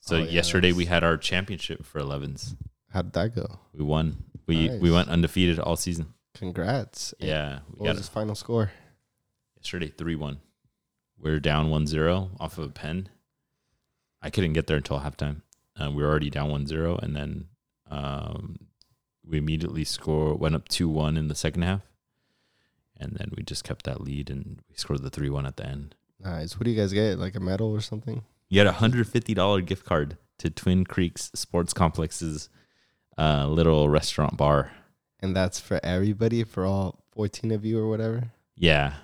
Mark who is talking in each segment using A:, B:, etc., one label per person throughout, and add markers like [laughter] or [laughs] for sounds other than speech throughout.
A: So
B: Oh, yeah,
A: yesterday we
B: that's-
A: had our championship for 11s.
B: How did that go?
A: We won. We we
B: Nice.
A: went undefeated all season.
B: Congrats. And
A: Yeah, we
B: What was
A: got
B: his
A: it
B: final score?
A: yesterday 3-1. We're down 1-0 off of a pen. I couldn't get there until halftime. Uh, we were already down 1-0 and then um, we immediately score went up 2-1 in the second half. And then we just kept that lead and we scored the 3-1 at the end.
B: Nice. What do you guys get? Like a medal or something?
A: You had a hundred fifty dollar gift card to Twin Creeks Sports Complex's uh, little restaurant bar.
B: And that's for everybody, for all 14 of you or whatever?
A: Yeah.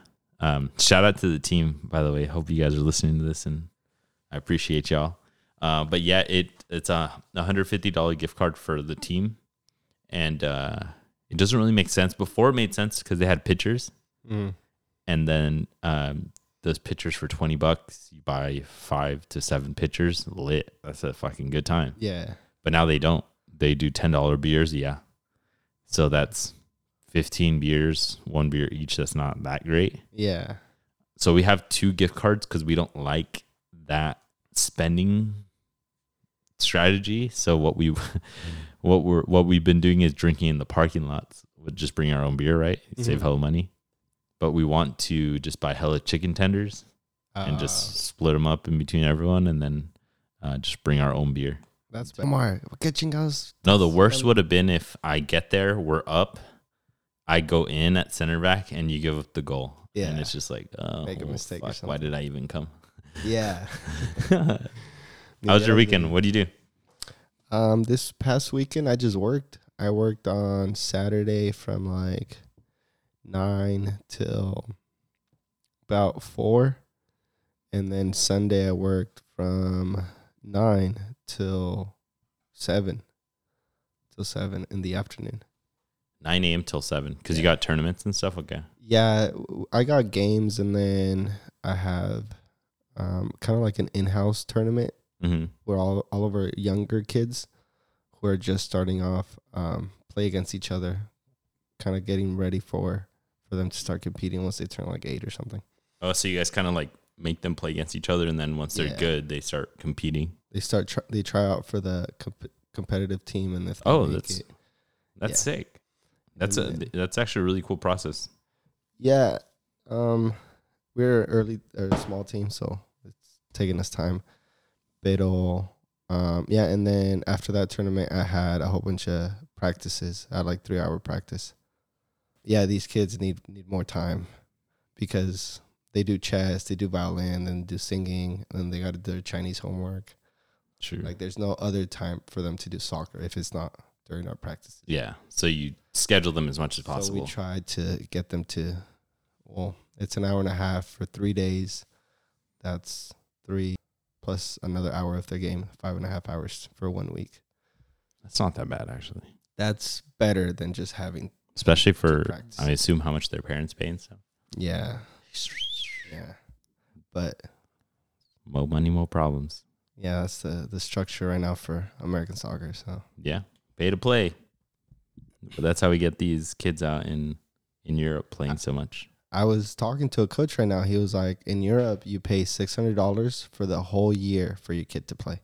A: Um, shout out to the team, by the way. Hope you guys are listening to this, and I appreciate y'all. Uh, but yeah, it it's a hundred fifty dollar gift card for the team, and uh, it doesn't really make sense. Before it made sense because they had pitchers,
B: Mm.
A: and then um, those pitchers for twenty bucks, you buy five to seven pitchers. Lit. That's a fucking good time.
B: Yeah.
A: but now they don't. They do ten dollar beers, yeah. So that's fifteen beers, one beer each. That's not that great.
B: Yeah.
A: So we have two gift cards because we don't like that spending strategy. So what we [laughs] what we're what we've been doing is drinking in the parking lots. Would just bring our own beer, right? Save
B: Mhm.
A: hella money. But we want to just buy hella chicken tenders and
B: Uh,
A: just split them up in between everyone, and then uh, just bring our own beer.
B: that's better. Omar, ¿qué chingados?
A: No, the worst
B: Seven.
A: would have been if I get there, we're up, I go in at center back, and you give up the goal. And
B: Yeah.
A: it's just like, oh,
B: Make a mistake or
A: fuck, why did I even come? [laughs]
B: Yeah.
A: How was your
B: Yeah,
A: weekend? What do you do?
B: Um, this past weekend I just worked. I worked on Saturday from like nine till about four, and then Sunday I worked from nine till seven, till seven in the afternoon.
A: 9 a.m. till 7 because you got tournaments and stuff. Okay.
B: Yeah, w- I got games, and then I have um, kind of like an in-house tournament
A: hmm
B: where all all of our younger kids who are just starting off um, play against each other, kind of getting ready for for them to start competing once they turn like eight or something.
A: Oh, so you guys kind of like make them play against each other, and then once they're
B: Yeah.
A: good, they start competing.
B: They start tr- they try out for the comp- competitive team, and if they
A: Oh,
B: make
A: that's-
B: it,
A: That's sick. That's a
B: And then-
A: that's actually a really cool process.
B: yeah. Um, we're early or small team, so it's taking us time. But um, yeah, and then after that tournament, I had a whole bunch of practices. I had like three hour practice. Yeah, these kids need need more time because they do chess, they do violin, and do singing, and they got to do their Chinese homework.
A: True.
B: Like, there's no other time for them to do soccer if it's not during our practices.
A: yeah. So you schedule them as much as
B: So
A: possible.
B: we tried to get them to, well, it's an hour and a half for three days. That's three plus another hour of their game, five and a half hours for one week.
A: that's not that bad actually,
B: That's better than just having,
A: especially for
B: practice.
A: I assume how much their parents pay and stuff.
B: yeah, yeah. But
A: More money, more problems.
B: yeah, that's the, the structure right now for American soccer. So
A: Yeah, pay to play. But that's how we get these kids out in in Europe playing so much.
B: I was talking to a coach right now. He was like, in Europe, you pay $600 for the whole year for your kid to play.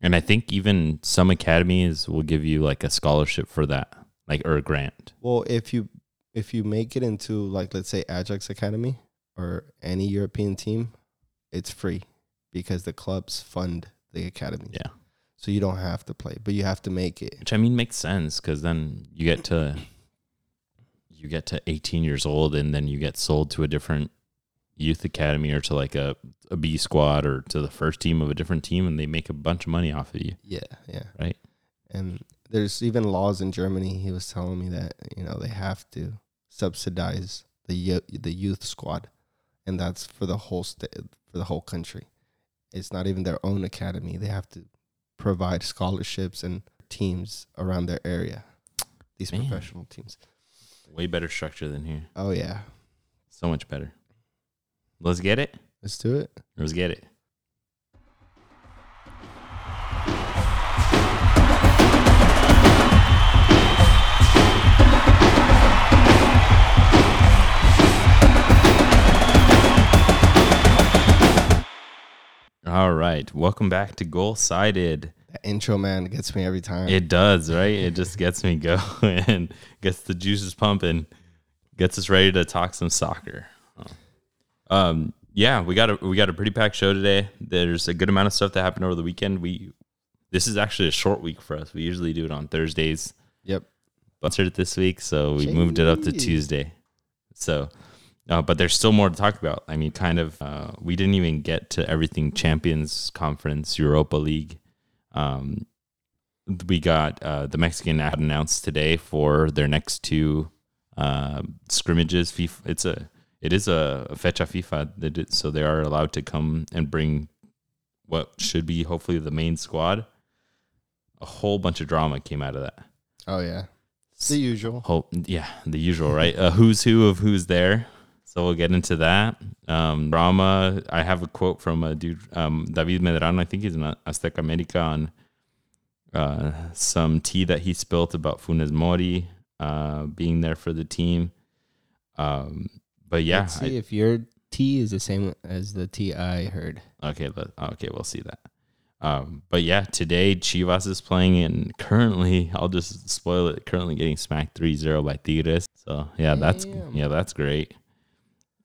A: And I think even some academies will give you like a scholarship for that, like or a grant.
B: Well, if you if you make it into like let's say Ajax Academy or any European team, it's free because the clubs fund the academy.
A: Yeah,
B: So you don't have to play, but you have to make it.
A: which I mean makes sense because then you get to you get to 18 years old and then you get sold to a different youth academy or to like a, a B squad or to the first team of a different team and they make a bunch of money off of you.
B: Yeah, yeah.
A: Right.
B: And there's even laws in Germany. He was telling me that, you know, they have to subsidize the yo- the youth squad and that's for the whole state for the whole country. It's not even their own academy. They have to provide scholarships and teams around their area. These
A: Man.
B: professional teams.
A: Way better structure than here.
B: Oh yeah.
A: So much better. Let's get it.
B: Let's do it.
A: Let's get it. All right. Welcome back to Goal Sided.
B: That intro, man, gets me every time.
A: It does, right? It just gets me [laughs] going, gets the juices pumping, gets us ready to talk some soccer. Oh. Um, yeah, we got a we got a pretty packed show today. There's a good amount of stuff that happened over the weekend. We this is actually a short week for us. We usually do it on Thursdays,
B: yep.
A: but we did it this week, so we moved it up to
B: Jeez.
A: Tuesday. So, uh, but there's still more to talk about. I mean, kind of, uh, we didn't even get to everything Champions Conference, Europa League. Um, we got uh, the Mexican ad announced today for their next two uh, scrimmages. FIFA, it's a it is a, a fecha FIFA, They did- so they are allowed to come and bring what should be hopefully the main squad. A whole bunch of drama came out of that.
B: Oh yeah, it's the usual.
A: Hope, yeah, the usual, right? A who's who of who's there. So we'll get into that. Um, Rama, I have a quote from a dude, um, David Medrano. I think he's in Azteca America on uh, some tea that he spilt about Funes Mori uh, being there for the team. Um, but yeah,
B: Let's
A: I-
B: see if your T is the same as the T I heard.
A: Okay, but okay, we'll see that. Um, but yeah, today Chivas is playing, and currently, I'll just spoil it. Currently, getting smacked 3-0 by Tigres. So yeah, that's
B: Damn.
A: yeah, that's great.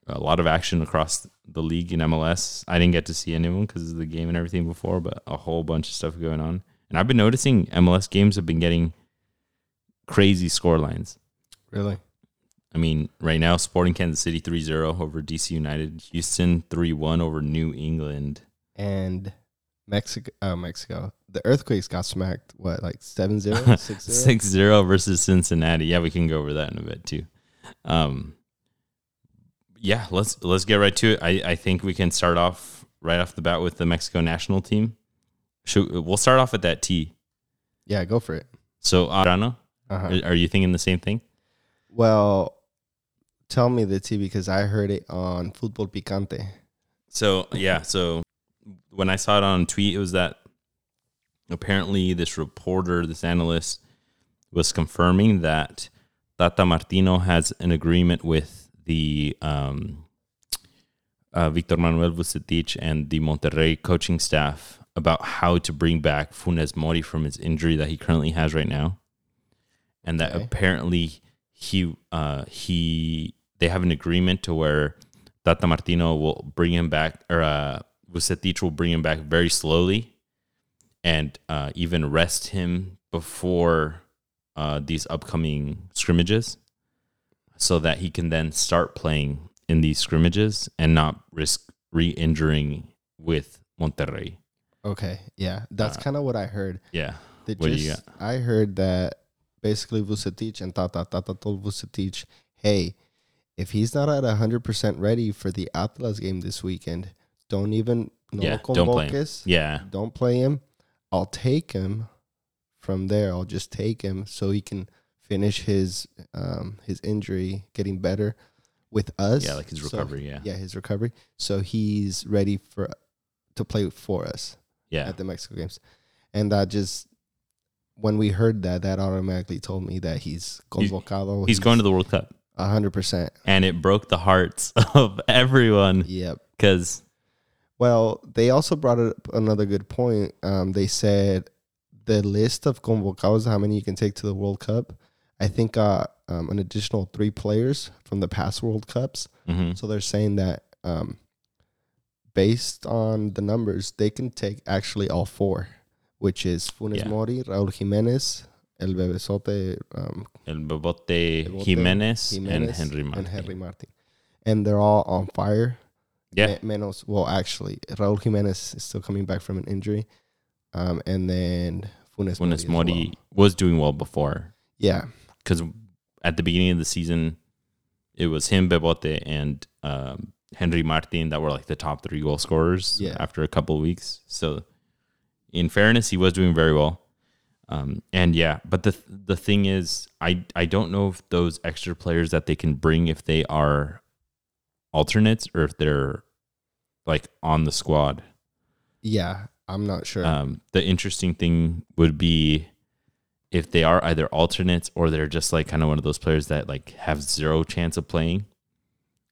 A: A lot of action across the league in MLS. I didn't get to see anyone because of the game and everything before, but a whole bunch of stuff going on. And I've been noticing MLS games have been getting crazy score lines.
B: Really?
A: I mean, right now, Sporting Kansas City 3-0 over DC United, Houston 3-1 over New England.
B: And Mexico, uh, Mexico, the earthquakes got smacked. What, like
A: [laughs]
B: 7 0? 6 0?
A: 6-0 versus Cincinnati. Yeah, we can go over that in a bit too. Um, yeah, let's let's get right to it. I, I think we can start off right off the bat with the Mexico national team. Should, we'll start off at that T.
B: Yeah, go for it.
A: So Arano,
B: Uh-huh.
A: are, are you thinking the same thing?
B: Well, tell me the T because I heard it on Football Picante.
A: So yeah, so when I saw it on tweet, it was that apparently this reporter, this analyst, was confirming that Tata Martino has an agreement with the um, uh, Victor Manuel Vucetich and the Monterrey coaching staff about how to bring back Funes Mori from his injury that he currently has right now, and that
B: Okay.
A: apparently he uh, he they have an agreement to where Tata Martino will bring him back or uh, Vucetich will bring him back very slowly and uh, even rest him before uh, these upcoming scrimmages so that he can then start playing in these scrimmages and not risk re injuring with Monterrey.
B: Okay. Yeah, that's kind of what I heard.
A: Yeah.
B: They
A: Uh, What do you
B: just, I heard that basically Vucetic and Tata Tata told Vucetic, "Hey, if he's not at hundred percent ready for the Atlas game this weekend, don't even no
A: Yeah,
B: lo
A: don't play him.
B: convoques,
A: Yeah.
B: don't play him. I'll take him from there. I'll just take him so he can finish his um, his injury, getting better with us.
A: Yeah. Like his
B: So-
A: recovery. yeah.
B: yeah, his recovery. So he's ready for to play for us."
A: Yeah.
B: at the Mexico games, and that just when we heard that, that automatically told me that he's convocado.
A: He's going to the World Cup.
B: hundred percent.
A: And it broke the hearts [laughs] of everyone
B: Yep.
A: because,
B: Well, they also brought up another good point. Um, they said the list of convocados, how many you can take to the World Cup. I think got um, an additional three players from the past World Cups.
A: mm-hmm,
B: So they're saying that um, based on the numbers, they can take actually all four, which is Funes
A: Yeah.
B: Mori, Raul Jimenez, El Bebesote, um,
A: El Bobote,
B: El Bobote,
A: Jimenez, and
B: Jimenez,
A: Henry Martin.
B: and Henry Martin. And they're all on fire.
A: Yeah.
B: Me- Menos, well, actually, Raul Jimenez is still coming back from an injury. Um, and then Funes,
A: When
B: as
A: Mori
B: well.
A: was doing well before
B: Yeah.
A: because at the beginning of the season, it was him, Bebote, and um, Henry Martin that were like the top three goal scorers
B: Yeah.
A: after a couple of weeks. So, in fairness, he was doing very well. Um, and yeah, but the the thing is, I I don't know if those extra players that they can bring if they are alternates or if they're like on the squad.
B: Yeah. I'm not sure.
A: Um, the interesting thing would be if they are either alternates or they're just like kind of one of those players that like have zero chance of playing.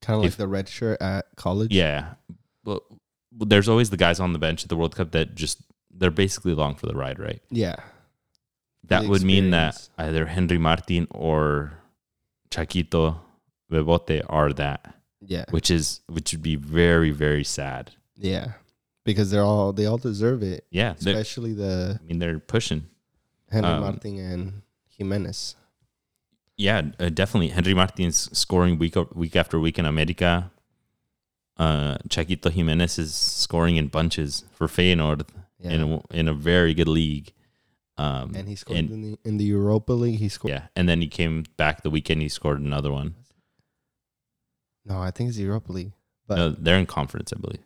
B: kind of like
A: if-
B: the red shirt at college.
A: Yeah. Well, there's always the guys on the bench at the World Cup that just they're basically along for the ride, right?
B: Yeah.
A: That
B: the
A: would mean that
B: experience.
A: either Henry Martin or Chaquito Bebote are that,
B: Yeah.
A: which is which would be very very sad.
B: Yeah. Because they're all they all deserve it.
A: Yeah, they're-
B: Especially the
A: I mean they're pushing.
B: Henry
A: Um,
B: Martin and Jimenez.
A: Yeah, uh, definitely. Henry Martin's scoring week o- week after week in America. Uh, Chaquito Jimenez is scoring in bunches for Feyenoord
B: Yeah.
A: in a, in a very good league. Um,
B: and he scored
A: and-
B: in the in the Europa League. He scored.
A: yeah, and then he came back the weekend. He scored another one.
B: No, I think it's Europa League. But
A: No, Uh, they're in conference, I believe.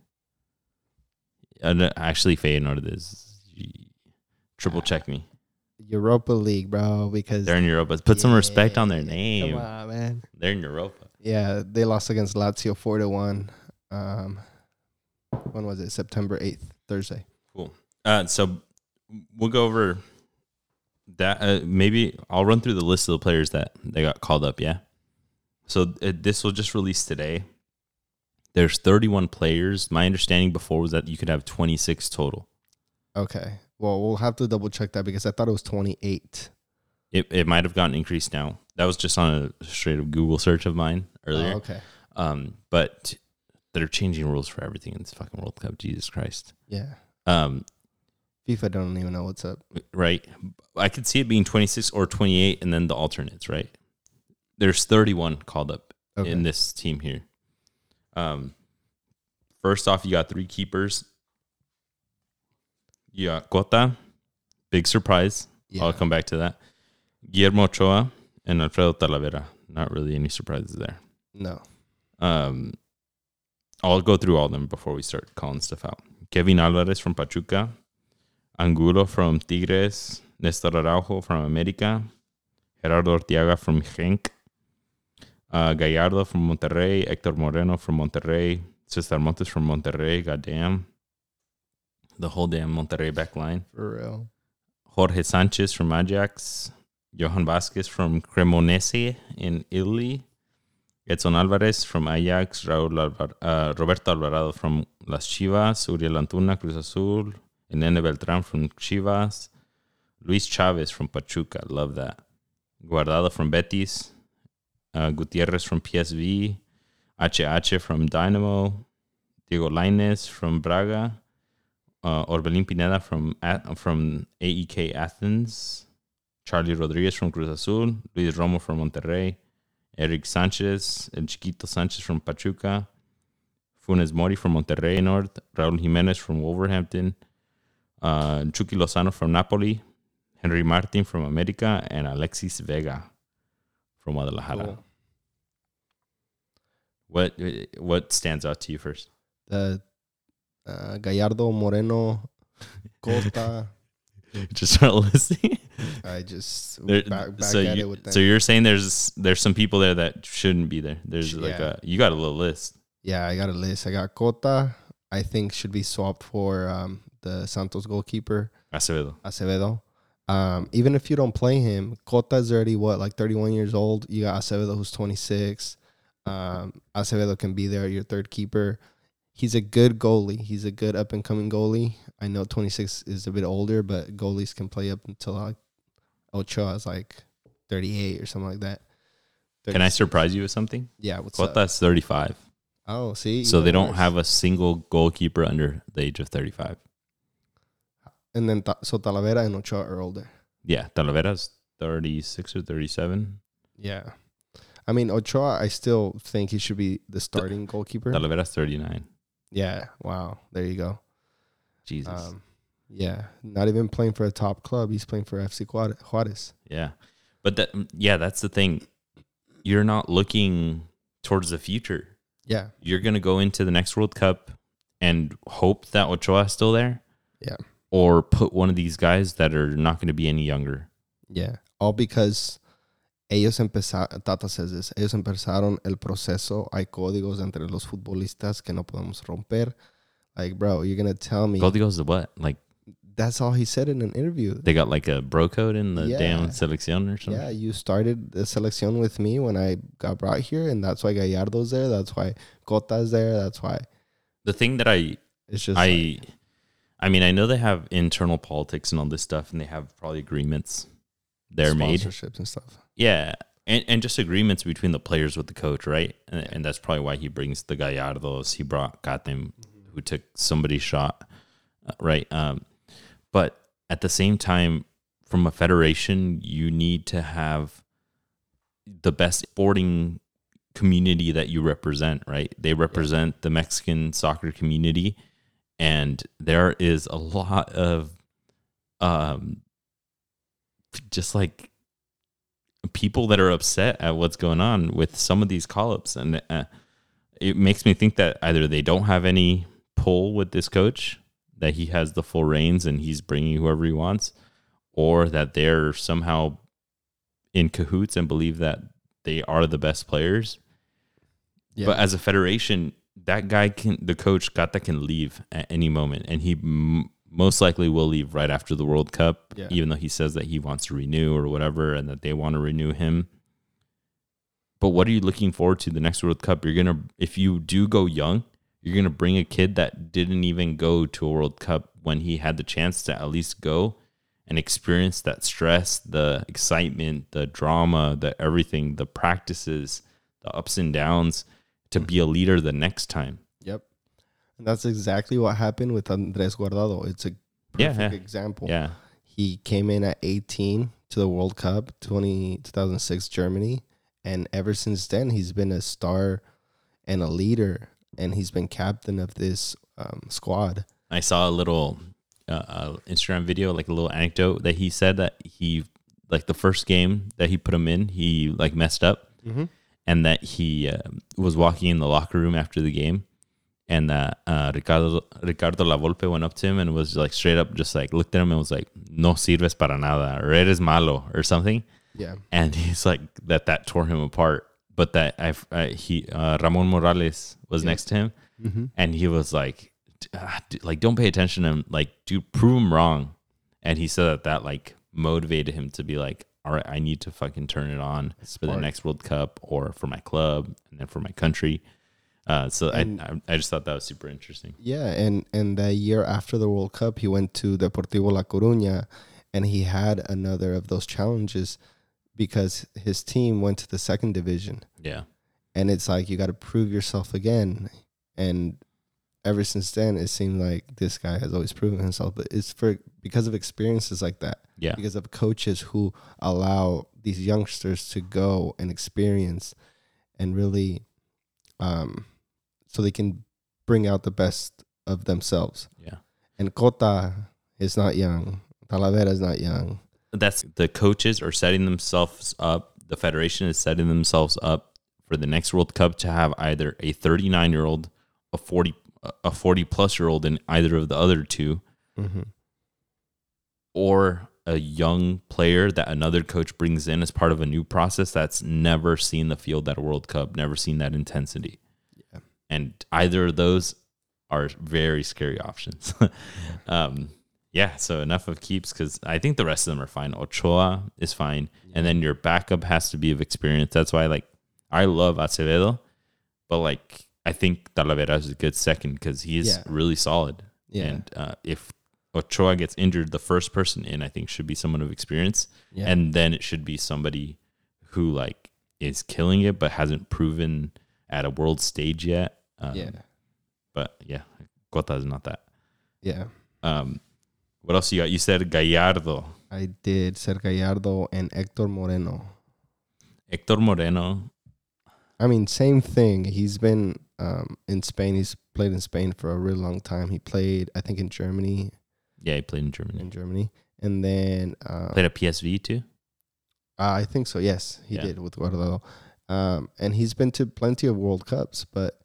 A: Uh, no, actually, Feyenoord is. Triple check me.
B: Europa League, bro. Because
A: They're in Europa. Put some respect
B: Yeah.
A: on their
B: come
A: name.
B: on, man.
A: They're in Europa.
B: Yeah, they lost against Lazio four to one. Um, when was it? September eighth, Thursday.
A: Uh, so we'll go over that. Uh, maybe I'll run through the list of the players that they got called up. Yeah. So uh, this will just release today. There's 31 players. My understanding before was that you could have 26 total.
B: Okay. Well, we'll have to double check that because I thought it was twenty eight.
A: It, it might have gotten increased now. That was just on a straight up Google search of mine earlier.
B: Oh, okay.
A: Um, but they're changing rules for everything in this fucking World Cup. Jesus Christ.
B: Yeah.
A: Um,
B: FIFA don't even know what's up.
A: right? I could see it being 26 or 28 and then the alternates, right? There's 31 called up
B: Okay.
A: in this team here. Um, first off, you got three keepers. You got Cota, big surprise.
B: yeah.
A: I'll come back to that. Guillermo Ochoa and Alfredo Talavera. Not really any surprises there.
B: No.
A: Um, I'll go through all of them before we start calling stuff out. Kevin Alvarez from Pachuca, Angulo from Tigres, Nestor Araujo from America, Gerardo Ortiaga from Genk, uh, Gallardo from Monterrey, Hector Moreno from Monterrey, Cesar Montes from Monterrey, goddamn. The whole damn Monterrey back line.
B: For real.
A: Jorge Sanchez from Ajax, Johan Vasquez from Cremonese in Italy, Edson Alvarez from Ajax, Raúl Alvar- uh, Roberto Alvarado from Las Chivas, Uriel Antuna, Cruz Azul, and Nene Beltrán from Chivas, Luis Chávez from Pachuca, love that, Guardado from Betis, uh, Gutierrez from PSV, HH from Dynamo, Diego Lainez from Braga, uh, Orbelin Pineda from A- from AEK Athens, Charlie Rodriguez from Cruz Azul, Luis Romo from Monterrey, Eric Sanchez, El Chiquito Sanchez from Pachuca, Funes Mori from Monterrey North, Raúl Jiménez from Wolverhampton, uh, Chucky Lozano from Napoli, Henry Martin from America, and Alexis Vega from Guadalajara.
B: Cool.
A: What uh, what stands out to you first? [laughs]
B: The uh, Gallardo
A: [laughs]
B: Moreno Costa.
A: Just start listing.
B: I just
A: There-
B: back, back
A: so
B: at
A: you,
B: it with them.
A: so you're saying there's there's some people there that shouldn't be there. There's like
B: Yeah.
A: a you got a little list.
B: Yeah, I got a list. I got Cota. I think should be swapped for um, the Santos goalkeeper
A: Acevedo.
B: Acevedo. Um, even if you don't play him, Cota's already what like 31 years old. You got Acevedo who's 26. Um, Acevedo can be there, your third keeper. He's a good goalie. He's a good up and coming goalie. I know 26 is a bit older, but goalies can play up until like Ochoa is like 38 or something like that.
A: Can I surprise you with something?
B: Yeah, what's up?
A: Cota's 35.
B: Oh, see,
A: So they
B: even
A: don't
B: worse.
A: have a single goalkeeper under the age of 35.
B: And then Ta- so Talavera and Ochoa are older.
A: Yeah, Talavera's 36 or 37.
B: Yeah. I mean, Ochoa, I still think he should be the starting goalkeeper.
A: Talavera's 39.
B: yeah. Wow. There you go.
A: Jesus.
B: Um, yeah. Not even playing for a top club. He's playing for FC Juar- Juarez.
A: Yeah. But that mm, yeah, that's the thing. You're not looking towards the future.
B: Yeah.
A: you're going to go into the next World Cup and hope that Ochoa is still there.
B: Yeah.
A: Or put one of these guys that are not going to be any younger.
B: Yeah. All because ellos empezaron, Tata says this, ellos empezaron el proceso. Hay códigos entre los futbolistas que no podemos romper. Like, bro, you're going to tell me.
A: Goldie goes to what? Like
B: That's all he said in an interview.
A: they got like a bro code in the
B: Yeah.
A: damn selection or something.
B: Yeah, you started the selection with me when I got brought here, and that's why Gallardo's there. That's why Cota's there. That's why.
A: The thing that I
B: It's just like-
A: I, I mean, I know they have internal politics and all this stuff, and they have probably agreements they're made.
B: sponsorships and stuff.
A: Yeah. And, and just agreements between the players with the coach, right? And, and that's probably why he brings the Gallardos. He brought got them who took somebody's shot, uh, right? Um, but at the same time, from a federation, you need to have the best sporting community that you represent, right? They represent the Mexican soccer community, and there is a lot of, um, just like people that are upset at what's going on with some of these call-ups and uh, it makes me think that either they don't have any pull with this coach that he has the full reins and he's bringing whoever he wants or that they're somehow in cahoots and believe that they are the best players
B: Yeah.
A: but as a federation that guy can the coach got that can leave at any moment and he m- most likely will leave right after the world cup
B: Yeah.
A: even though he says that he wants to renew or whatever and that they want to renew him but what are you looking forward to the next world cup you're gonna if you do go young you're gonna bring a kid that didn't even go to a world cup when he had the chance to at least go and experience that stress, the excitement, the drama, the everything, the practices, the ups and downs to be a leader the next time.
B: Yep. And that's exactly what happened with Andres Guardado. It's a
A: Yeah,
B: perfect
A: yeah.
B: example.
A: Yeah.
B: He came in at 18 to the World Cup 20, 2006 Germany. And ever since then, he's been a star and a leader. And he's been captain of this um, squad.
A: I saw a little uh, uh, Instagram video, like a little anecdote that he said that he, like the first game that he put him in, he like messed up
B: Mhm.
A: and that he uh, was walking in the locker room after the game and that uh, Ricardo, Ricardo Lavolpe went up to him and was like straight up just like looked at him and was like, no sirves para nada or eres malo or something.
B: Yeah.
A: and he's like that that tore him apart but that i uh, he uh, ramon morales was next to him and he was like "D- ah, d- like don't pay attention to him like dude prove him wrong and he said that that like motivated him to be like all right i need to fucking turn it on for the
B: Spark.
A: next world cup or for my club and then for my country uh, so I,
B: And-
A: I i just thought that was super interesting
B: Yeah, and and the year after the World Cup, he went to Deportivo La Coruña, and he had another of those challenges because his team went to the second division,
A: yeah
B: and it's like you got to prove yourself again. And ever since then, it seemed like this guy has always proven himself, but it's for because of experiences like that,
A: yeah
B: because of coaches who allow these youngsters to go and experience, and really, um, so they can bring out the best of themselves.
A: yeah
B: And Cota is not young. Talavera is not young.
A: that's the coaches are setting themselves up the federation is setting themselves up for the next world cup to have either a 39 year old a 40 a 40 plus year old in either of the other two Mm-hmm. or a young player that another coach brings in as part of a new process that's never seen the field at a world cup never seen that intensity
B: Yeah.
A: and either of those are very scary options [laughs] um yeah, so enough of keeps because I think the rest of them are fine. Ochoa is fine, and then your backup has to be of experience. That's why, like, I love Acevedo, but like, I think Talavera is a good second because he's
B: Yeah.
A: really solid.
B: Yeah.
A: And uh, if Ochoa gets injured, the first person in I think should be someone of experience,
B: Yeah.
A: and then it should be somebody who like is killing it but hasn't proven at a world stage yet. Um,
B: yeah.
A: But yeah, Cota is not that.
B: Yeah.
A: Um, what else you got? You said Gallardo,
B: I did Ser Gallardo and Hector Moreno.
A: Hector Moreno.
B: I mean, same thing. He's been um, in Spain. He's played in Spain for a really long time. He played, I think, in Germany.
A: Yeah, he played in Germany.
B: In Germany. And then um,
A: Played at PSV too.
B: Uh, I think so. Yes, he
A: Yeah.
B: did with Guardado, um, and he's been to plenty of World Cups. But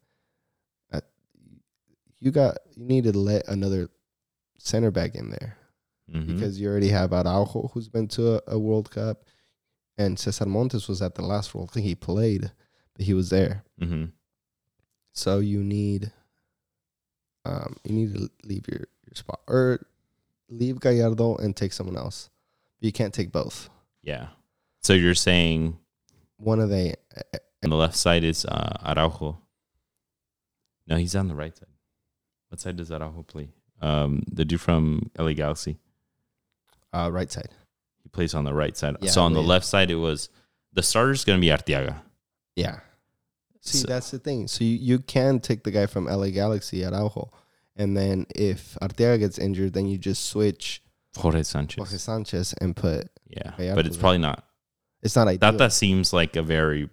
B: uh you got you need to let another center back in there
A: Mhm.
B: because you already have Araujo, who's been to a, a World Cup, and Cesar Montes was at the last World. I think he played, but he was there.
A: Mhm.
B: So you need, um, you need to leave your, your spot or leave Gallardo and take someone else. But you can't take both.
A: yeah. So you're saying
B: One of the
A: on the left side is uh, Araujo? No, he's on the right side. What side does Araujo play? Um, the dude from LA Galaxy.
B: Uh, right side.
A: He plays on the right side.
B: Yeah,
A: so on the
B: yeah.
A: left side, it was the starter's going to be Arteaga.
B: Yeah. See,
A: So-
B: that's the thing. So you, you can take the guy from LA Galaxy, Araujo, and then if Arteaga gets injured, then you just switch
A: Jorge Sanchez.
B: Jorge Sanchez and put.
A: Yeah,
B: Gallardo
A: but it's
B: then.
A: probably not.
B: It's not ideal.
A: That that seems like a very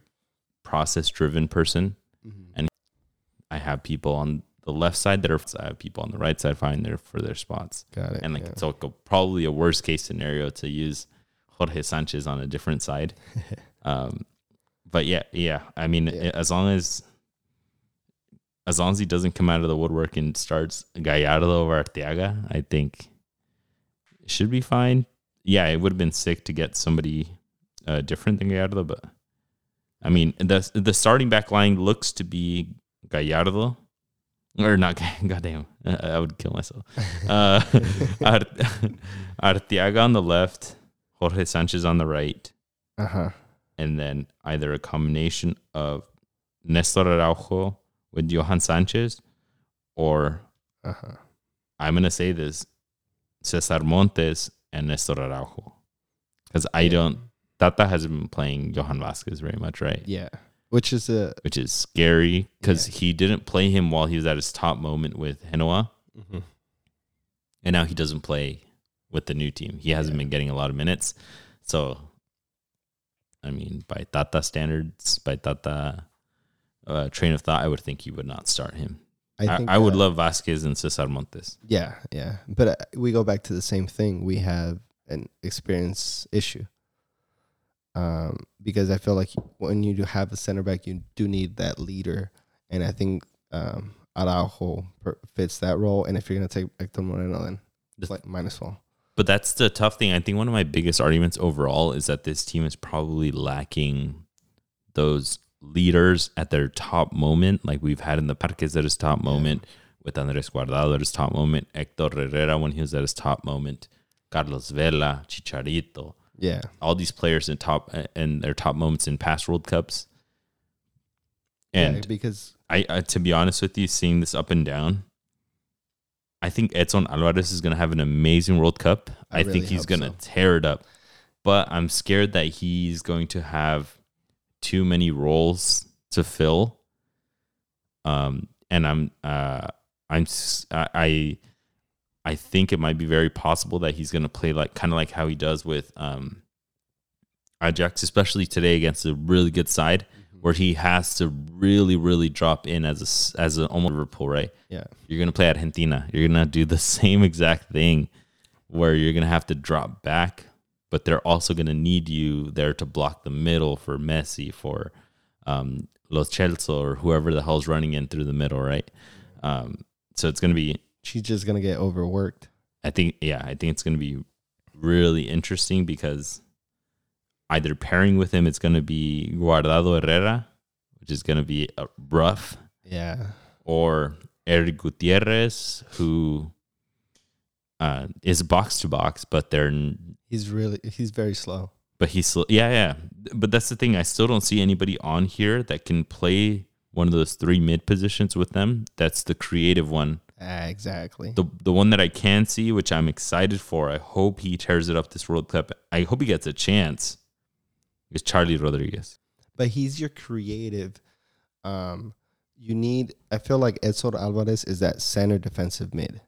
A: process-driven person.
B: Mhm.
A: I have people on the left side that are. I have people on the right side fighting there for their spots,
B: Got it.
A: and like
B: yeah. [laughs]
A: it's like a, probably a worst-case scenario to use Jorge Sanchez on a different
B: [laughs]
A: side. um, but yeah, yeah. I mean,
B: Yeah.
A: as long as as long as he doesn't come out of the woodwork and starts Gallardo over Arteaga, I think it should be fine. Yeah, it would have been sick to get somebody uh, different than Gallardo, but I mean, the the starting back line looks to be Gallardo, or not? [laughs] Ga- Goddamn, I, I would kill myself. Uh, [laughs] Ar- Arteaga on the left, Jorge Sanchez on the right,
B: Uh huh.
A: and then either a combination of Nestor Araujo with Johan Sanchez, or
B: Uh huh.
A: I'm gonna say this, Cesar Montes and Nestor Araujo, because I don't. Tata hasn't been playing Johan Vasquez very much, right?
B: Yeah. Which is a.
A: Which is scary because
B: Yeah.
A: he didn't play him while he was at his top moment with Henoa, and now he doesn't play with the new team. He hasn't
B: Yeah.
A: been getting a lot of minutes, so I mean, by Tata standards, by Tata uh, train of thought, I would think you would not start him. I, I, would
B: that-
A: love Vasquez and Cesar Montes.
B: Yeah, yeah. But uh, we go back to the same thing. We have an experience issue. Um, because I feel like when you do have a center back, you do need that leader. And I think um, Araujo per- fits that role. And if you're going to take Hector Moreno, then it's
A: The-
B: like minus one.
A: But that's the tough thing. I think one of my biggest arguments overall is that this team is probably lacking those leaders at their top moment, like we've had in the Parques at his top moment, with Andres Guardado at his top moment, Hector Herrera when he was at his top moment, Carlos Vela, Chicharito,
B: Yeah,
A: all these players in top and their top moments in past World Cups.
B: Yeah,
A: And
B: because
A: I, I to be honest with you, seeing this up and down, I think Edson Alvarez is going to have an amazing World Cup. I,
B: I really
A: think he's
B: hope
A: going to
B: so.
A: tear it up. But I'm scared that he's going to have too many roles to fill. Um, and I'm uh, I'm s- I- I I think it might be very possible that he's going to play like kind of like how he does with um, Ajax, especially today against a really good side where he has to really, really drop in as a s- as an almost Liverpool, right?
B: yeah,
A: You're gonna play Argentina. You're gonna do the [laughs] same exact thing, where you're gonna have to drop back, but they're also gonna need you there to block the middle for Messi, for um, Los Chelsea or whoever the hell's running in through the middle, right? Um, so it's gonna be
B: she's just going to get overworked.
A: I think yeah, I think it's going to be really interesting because either pairing with him, it's going to be Guardado Herrera, which is going to be uh, rough,
B: Yeah,
A: or Eric Gutierrez, who uh, is box to box, but they're n-
B: he's really, he's very slow.
A: but he's still, yeah yeah. But that's the thing, I still don't see anybody on here that can play one of those three mid positions with them. That's the creative one
B: Ah, exactly.
A: the the one that I can see, which I'm excited for. I hope he tears it up this World Cup. I hope he gets a chance. Is Charlie Rodriguez?
B: but he's your creative. Um, you need. I feel like Edson Alvarez is that center defensive mid.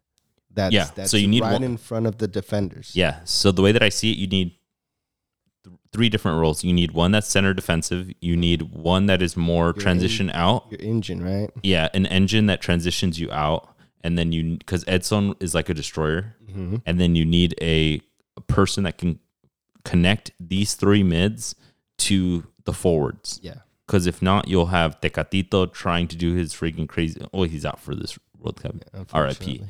B: That's,
A: Yeah,
B: That's
A: so you need
B: right
A: one-
B: in front of the defenders.
A: Yeah. So the way that I see it, you need th- three different roles. You need one that's center defensive. You need one that is more
B: in-
A: transition out.
B: Your engine, right?
A: Yeah, an engine that transitions you out, and then you because Edson is like a destroyer,
B: Mm-hmm.
A: and then you need a, a person that can connect these three mids to the forwards.
B: Yeah.
A: Because if not, you'll have Tecatito trying to do his freaking crazy. Oh, he's out for this World Cup. R.I.P.
B: unfortunately.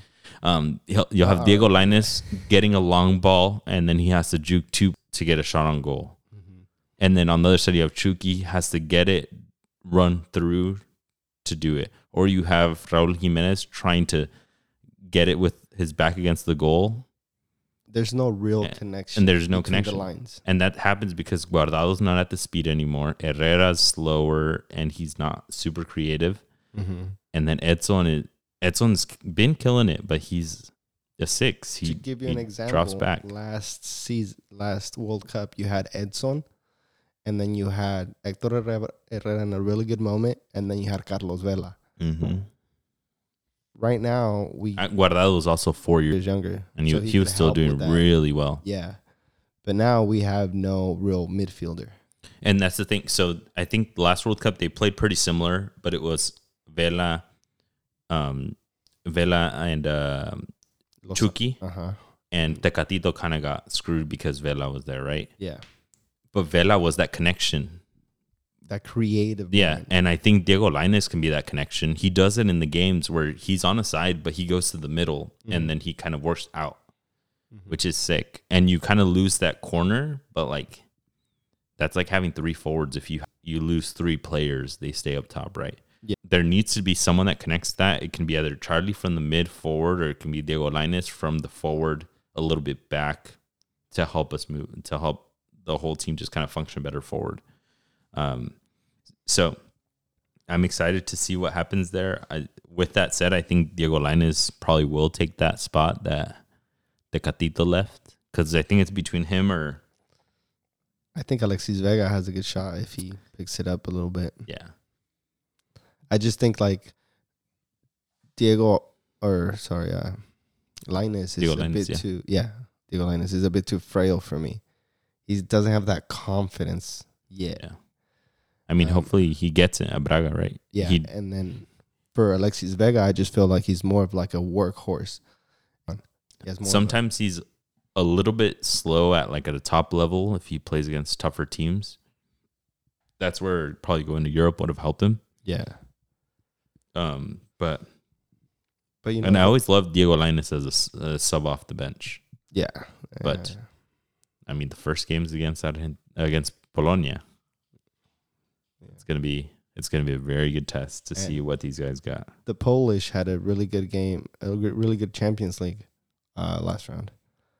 A: Um, he'll- you'll have Diego Linus getting a long ball, and then he has to juke two to get a shot on goal. And then on the other side, you have Chucky has to get it, run through to do it, or you have Raúl Jiménez trying to get it with his back against the goal,
B: There's no real
A: And-
B: connection.
A: and there's no
B: between
A: connection.
B: The lines.
A: And that happens because Guardado's not at the speed anymore. Herrera's slower and he's not super creative.
B: Mm-hmm.
A: And then Edson is Edson's been killing it, but he's a six. He
B: to give you
A: he
B: an example,
A: drops back.
B: last season, last World Cup, you had Edson, and then you had Hector Herrera Herrera in a really good moment, and then you had Carlos Vela.
A: hmm
B: Right now, we
A: Guardado was also four years,
B: years younger,
A: and he,
B: so
A: he,
B: could
A: was still
B: help
A: doing
B: with that.
A: really well.
B: yeah. But now we have no real midfielder.
A: And that's the thing. So I think last World Cup they played pretty similar, but it was Vela, um, Vela and uh, Chucky
B: Uh huh.
A: and Tecatito kind of got screwed because Vela was there, right?
B: Yeah,
A: But Vela was that connection.
B: that creative.
A: Yeah,
B: mind.
A: and I think Diego Linus can be that connection. He does it in the games where he's on a side, but he goes to the middle and then he kind of works out, which is sick. And you kind of lose that corner, but like that's like having three forwards. If you you lose three players, they stay up top, right?
B: Yeah.
A: There needs to be someone that connects that. It can be either Charlie from the mid forward, or it can be Diego Linus from the forward a little bit back to help us move to help the whole team just kind of function better forward. Um, so I'm excited to see what happens there. I, with that said, I think Diego Linus probably will take that spot that the Catito left because I think it's between him or
B: I think Alexis Vega has a good shot if he picks it up a little bit.
A: yeah.
B: I just think like Diego or sorry, uh, Linus is
A: Diego
B: a
A: Linus,
B: bit
A: yeah.
B: too yeah. Diego Linus is a bit too frail for me. He doesn't have that confidence yet.
A: Yeah. I mean,
B: Um,
A: hopefully he gets it at Braga, right?
B: Yeah,
A: He,
B: and then for Alexis Vega, I just feel like he's more of like a workhorse. He has more of a-
A: sometimes he's a little bit slow at like at a top level if he plays against tougher teams. That's where probably going to Europe would have helped him.
B: yeah,
A: Um, but
B: but you know,
A: and I always loved Diego Linus as a s a a sub off the bench.
B: yeah,
A: but- I
B: uh,
A: mean, the first game's against Argent- against Bologna. It's gonna be it's gonna be a very good test to
B: And-
A: see what these guys got.
B: the Polish had a really good game, a re- really good Champions League uh, last round.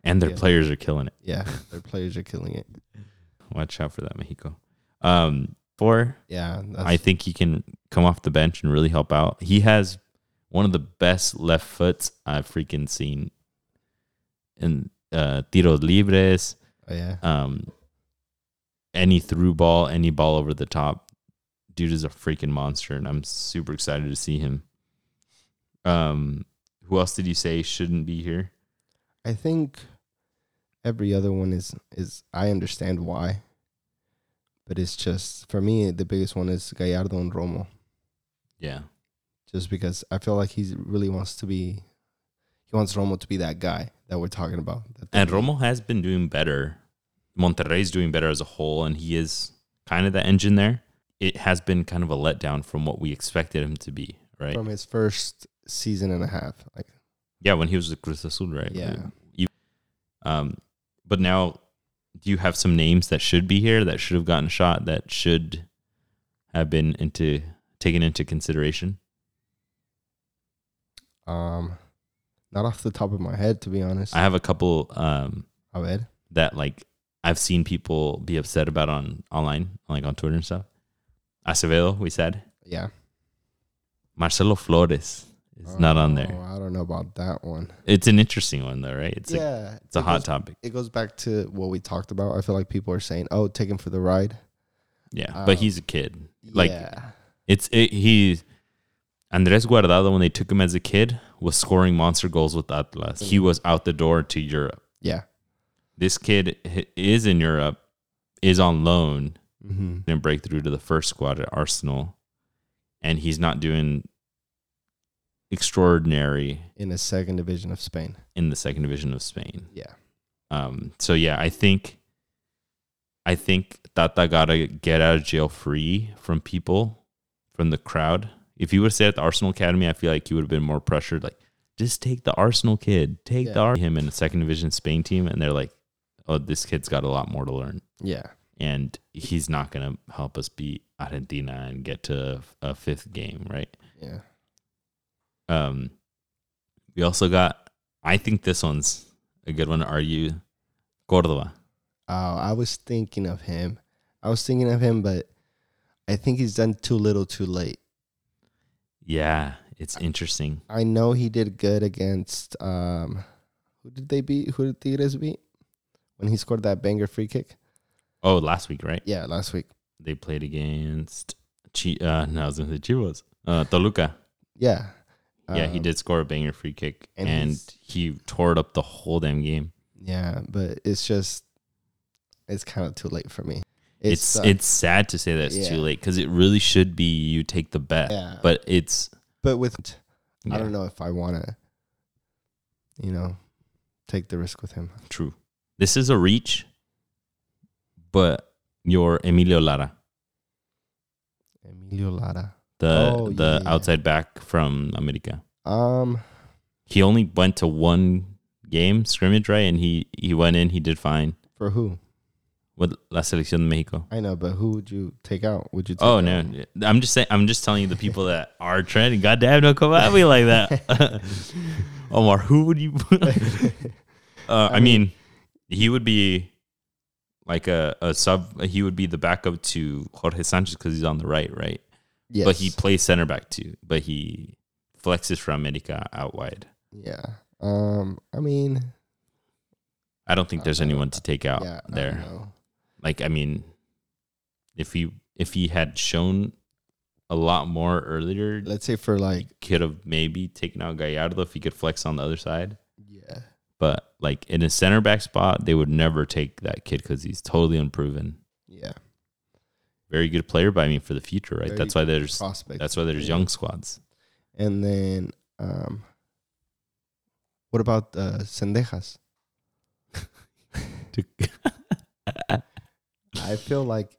A: And their
B: Yeah.
A: players are killing it. [laughs]
B: Yeah, their players are killing it.
A: Watch out for that Mexico. Um, four,
B: Yeah, that's,
A: I think he can come off the bench and really help out. He has one of the best left foots I've freaking seen in uh, tiros libres,
B: oh, yeah.
A: um, any through ball, any ball over the top. Dude is a freaking monster, and I'm super excited to see him. Um, who else did you say shouldn't be here?
B: I think every other one is is I understand why, but it's just for me the biggest one is Gallardo and Romo,
A: Yeah,
B: just because I feel like he really wants to be, he wants Romo to be that guy that we're talking about. that they
A: and
B: need.
A: Romo has been doing better. Monterrey's doing better as a whole, and he is kind of the engine there. It has been kind of a letdown from what we expected him to be, right?
B: from his first season and a half, like
A: yeah, when he was with Cruz Azul, right?
B: Yeah.
A: You- Um, but now, do you have some names that should be here that should have gotten a shot that should have been into taken into consideration?
B: um, not off the top of my head to be honest.
A: I have a couple um,
B: Abed,
A: that like I've seen people be upset about on online, like on Twitter and stuff. Acevedo, we said
B: yeah,
A: Marcelo Flores is not on
B: Oh,
A: there.
B: I don't know about that one.
A: It's an interesting one though, right? It's a,
B: yeah,
A: it's a
B: it
A: hot
B: goes-
A: topic.
B: It goes back to what we talked about. I feel like people are saying, "Oh, take him for the ride."
A: Yeah, but
B: um,
A: he's a kid. Like
B: yeah.
A: It's it, he Andres Guardado when they took him as a kid was scoring monster goals with Atlas. He was out the door to Europe.
B: Yeah.
A: This kid h- is in Europe, is on loan,
B: Mm-hmm.
A: didn't break through to the first squad at Arsenal, and he's not doing extraordinary
B: In the second division of Spain.
A: in the second division of Spain.
B: Yeah.
A: Um, so yeah, I think I think Tata gotta get out of jail free from people, from the crowd. If he would have stayed at the Arsenal Academy, I feel like he would have been more pressured. Like, just take the Arsenal kid, take the
B: Yeah.
A: Ar- him in a second division Spain team, and they're like, oh, this kid's got a lot more to learn,
B: Yeah.
A: and he's not gonna help us beat Argentina and get to a a fifth game, right?
B: Yeah.
A: Um, we also got. I think this one's a good one. Are you Cordoba?
B: Oh, I was thinking of him. I was thinking of him, but I think he's done too little too late.
A: Yeah, It's interesting.
B: I know he did good against um, who did they beat? Who did Tigres beat? When he scored that banger free kick?
A: Oh, last week, right?
B: Yeah, last week.
A: They played against Chi- uh, no, I was going to say Chivas. Uh, Toluca.
B: Yeah.
A: yeah, he
B: Um,
A: did score a banger free kick,
B: and
A: and,
B: he's-
A: he tore it up the whole damn game.
B: Yeah, but it's just it's kind of too late for me. It
A: It's
B: sucks.
A: it's sad to say that it's
B: Yeah.
A: too late because it really should be you take the bet,
B: yeah, but
A: but it's
B: but with I
A: yeah,
B: don't know if I want to, you know, take the risk with him.
A: True, this is a reach, but your Emilio Lara,
B: Emilio Lara.
A: the
B: Oh,
A: the
B: yeah.
A: outside back from America,
B: Um,
A: he only went to one game scrimmage, right? And he he went in, he did fine
B: for who?
A: with La Selección de Mexico.
B: I know, but who would you take out? Would you? Take
A: Oh [laughs]
B: out?
A: no! I'm just saying. I'm just telling you the people that [laughs] are trending. Goddamn, don't come
B: [laughs]
A: at me like that, [laughs] Omar. Who would you?
B: [laughs]
A: uh, I,
B: I
A: mean,
B: mean-
A: he would be like a, a sub. He would be the backup to Jorge Sanchez because he's on the right, right?
B: yes.
A: But he plays center back too. But he flexes from America out wide.
B: Yeah. Um. I mean.
A: I don't think there's
B: Uh,
A: anyone to take out
B: yeah. I
A: there.
B: know.
A: like I mean, if he if he had shown a lot more earlier,
B: Let's say for like.
A: could have maybe taken out Gallardo if he could flex on the other side.
B: Yeah.
A: But like in a center back spot, they would never take that kid because he's totally unproven.
B: Yeah.
A: Very good player, but I mean for the future, right?
B: Very
A: that's why there's
B: Prospect.
A: that's why there's young squads.
B: And then, um, what about uh, Sendejas?
A: [laughs]
B: I feel like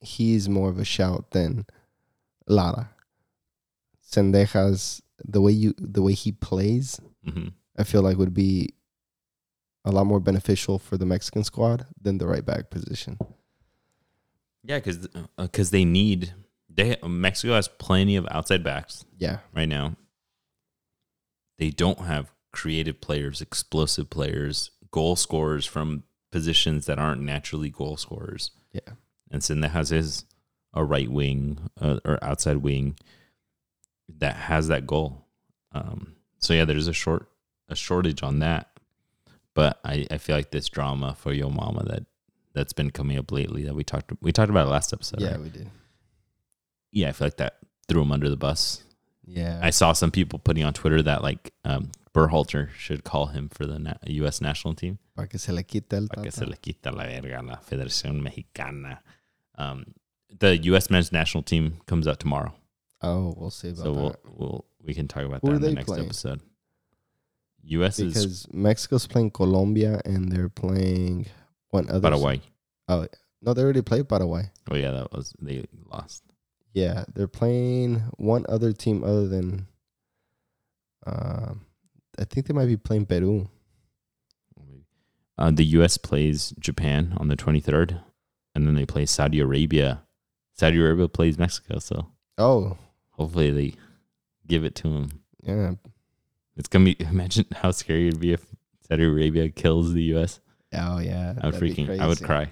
B: he's more of a shout than Lara. Sendejas, the way you the way he plays,
A: hmm
B: I feel like would be a lot more beneficial for the Mexican squad than the right back position.
A: Yeah, because they need they Mexico has plenty of outside backs
B: Yeah,
A: right now. They don't have creative players, explosive players, goal scorers from positions that aren't naturally goal scorers.
B: yeah,
A: and Sendejas is a right wing uh, or outside wing that has that goal. Um, so yeah, there's a short a shortage on that, but I, I feel like this drama for Yo Mama that that's been coming up lately that we talked we talked about it last episode.
B: yeah,
A: right?
B: we did.
A: yeah, I feel like that threw him under the bus.
B: Yeah,
A: I saw some people putting on Twitter that like um, Berhalter should call him for the na- U.S. national team.
B: para que se le quite el
A: para que se
B: tata.
A: le quita la verga a la Federación Mexicana. Um, the U.S. men's national team comes out tomorrow,
B: Oh, we'll see about
A: so we'll,
B: that
A: we'll we can talk about
B: Who
A: that in
B: are
A: the
B: they
A: next
B: playing?
A: episode. U.S. is
B: because Mexico's playing Colombia and they're playing one other.
A: Paraguay.
B: No, they already played Paraguay.
A: Oh yeah, that was they lost.
B: Yeah, they're playing one other team other than. Um, I think they might be playing Peru.
A: Uh, the U.S. plays Japan on the twenty third, and then they play Saudi Arabia. Saudi Arabia plays Mexico, so
B: Oh,
A: hopefully they give it to them.
B: yeah,
A: It's gonna be [laughs] imagine how scary it'd be if Saudi Arabia kills the U.S.
B: oh yeah.
A: I would
B: that'd be
A: freaking I would
B: crazy.
A: cry.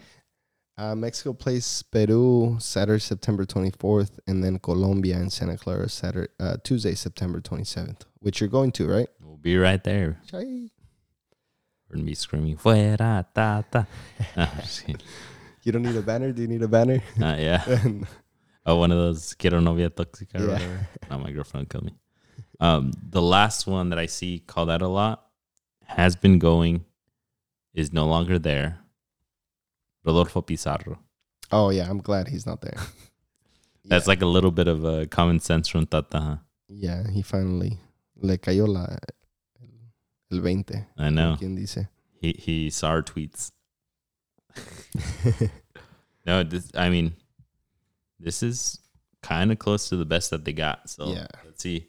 B: Uh, Mexico plays Peru Saturday, September 24th, and then Colombia and Santa Clara Saturday, uh, Tuesday, September 27th, which you're going to, right?
A: We'll be right there.
B: Chai.
A: We're gonna be screaming "Fuera, ta,
B: [laughs]
A: ta." Uh, just kidding.
B: You don't need a banner? Do you need a banner?
A: Uh, [laughs] yeah.
B: [laughs] And-
A: Oh, one of those "Quiero novia tóxica" or
B: Yeah.
A: whatever. Now my girlfriend will kill me. Um, the last one that I see called out a lot has been going, is no longer there. Rodolfo Pizarro.
B: oh, yeah, I'm glad he's not there.
A: That's like a little bit of a common sense from Tata. Huh?
B: Yeah, he finally le cayó la el 20.
A: I know.
B: Quien
A: [laughs]
B: dice.
A: He he saw our tweets. No, this, I mean, this is kind of close to the best that they got. So
B: Yeah.
A: let's see,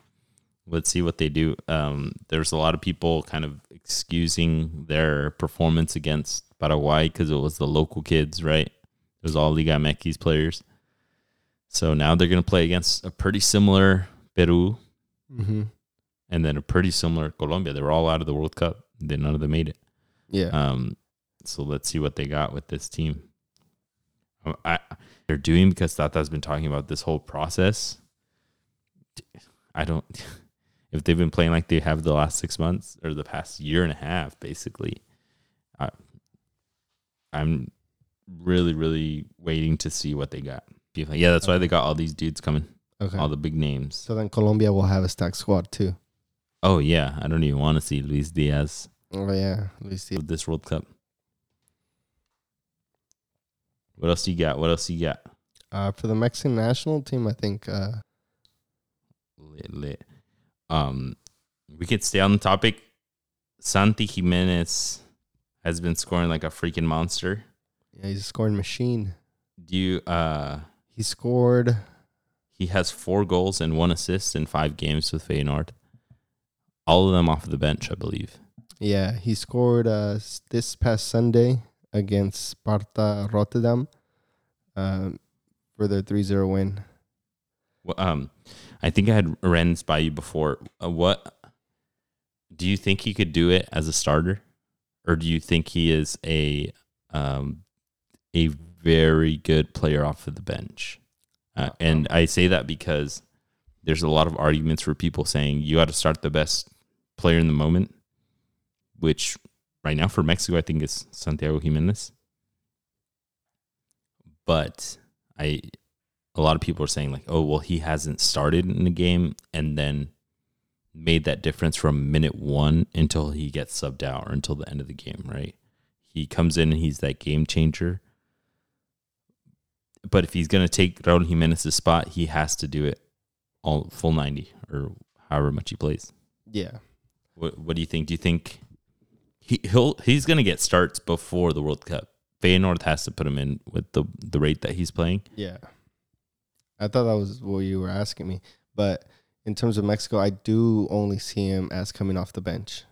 A: let's see what they do. Um, there's a lot of people kind of excusing their performance against Paraguay because it was the local kids, right? It was all Liga MX players. So now they're going to play against a pretty similar Peru
B: hmm
A: and then a pretty similar Colombia. They were all out of the World Cup. They, none of them made it.
B: Yeah.
A: Um, so let's see what they got with this team. Um, I, they're doing because Tata's been talking about this whole process. I don't. [laughs] If they've been playing like they have the last six months or the past year and a half, basically, I, I'm really, really waiting to see what they got. Be like, Yeah, that's why they got all these dudes coming,
B: Okay.
A: Uh, all the big names.
B: so then Colombia will have a stacked squad too.
A: Oh yeah, I don't even want to see Luis Diaz
B: Oh yeah, Luis Diaz.
A: with this World Cup. What else you got? What else you got?
B: Uh, for the Mexican national team, I think uh,
A: Lit, lit. Um, we could stay on the topic. Santi Jimenez has been scoring like a freaking monster.
B: yeah, he's a scoring machine.
A: Do you? Uh,
B: He scored.
A: he has four goals and one assist in five games with Feyenoord. All of them off the bench, I believe.
B: Yeah, he scored uh, s- this past Sunday against Sparta Rotterdam um, for their 3-0 win.
A: Wh- Um, I think I had ran this by you before. Uh, what do you think he could do it as a starter, or do you think he is a um, a very good player off of the bench? Uh, and I say that because there's a lot of arguments for people saying you got to start the best player in the moment, which right now for Mexico I think is Santiago Jimenez. But I a lot of people are saying like, oh well, he hasn't started in the game and then made that difference from minute one until he gets subbed out or until the end of the game, right? He comes in and he's that game changer. But if he's gonna take Raul Jimenez's spot, he has to do it all full ninety or however much he plays.
B: Yeah.
A: What What do you think? Do you think he he'll he's gonna get starts before the World Cup? Feyenoord has to put him in with the the rate that he's playing.
B: Yeah. I thought that was what you were asking me. But in terms of Mexico, I do only see him as coming off the bench,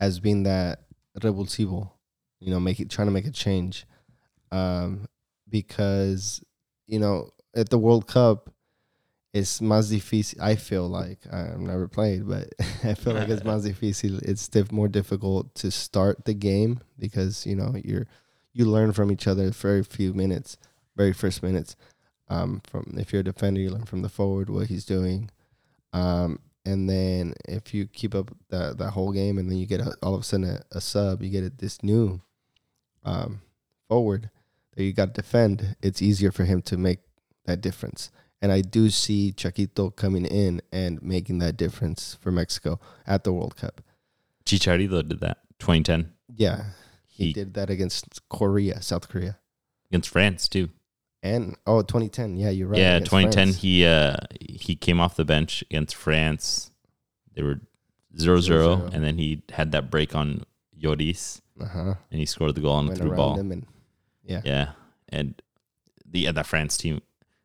B: as being that revulsivo, you know, make it, trying to make a change. Um, because, you know, at the World Cup, it's más difícil. I feel like I've never played, but [laughs] I feel like it's más difícil. It's diff- more difficult to start the game because, you know, you're you learn from each other very few minutes very first minutes. Um, from if you're a defender, you learn from the forward what he's doing, um, and then if you keep up that that whole game, and then you get a, all of a sudden a, a sub, you get a, this new um, forward that you got to defend. It's easier for him to make that difference, and I do see Chaquito coming in and making that difference for Mexico at the World Cup.
A: Chicharito did that 2010
B: Yeah, he,
A: He-
B: did that against Korea, South Korea,
A: against France too.
B: and oh, 2010. Yeah, you're right.
A: yeah,
B: against
A: 2010
B: France.
A: he uh he came off the bench against France. They were 0-0
B: 0-0.
A: and then he had that break on Yoris
B: Uh-huh.
A: and he scored the goal on the
B: went
A: through
B: around
A: ball.
B: him and yeah.
A: Yeah. And the yeah, that France team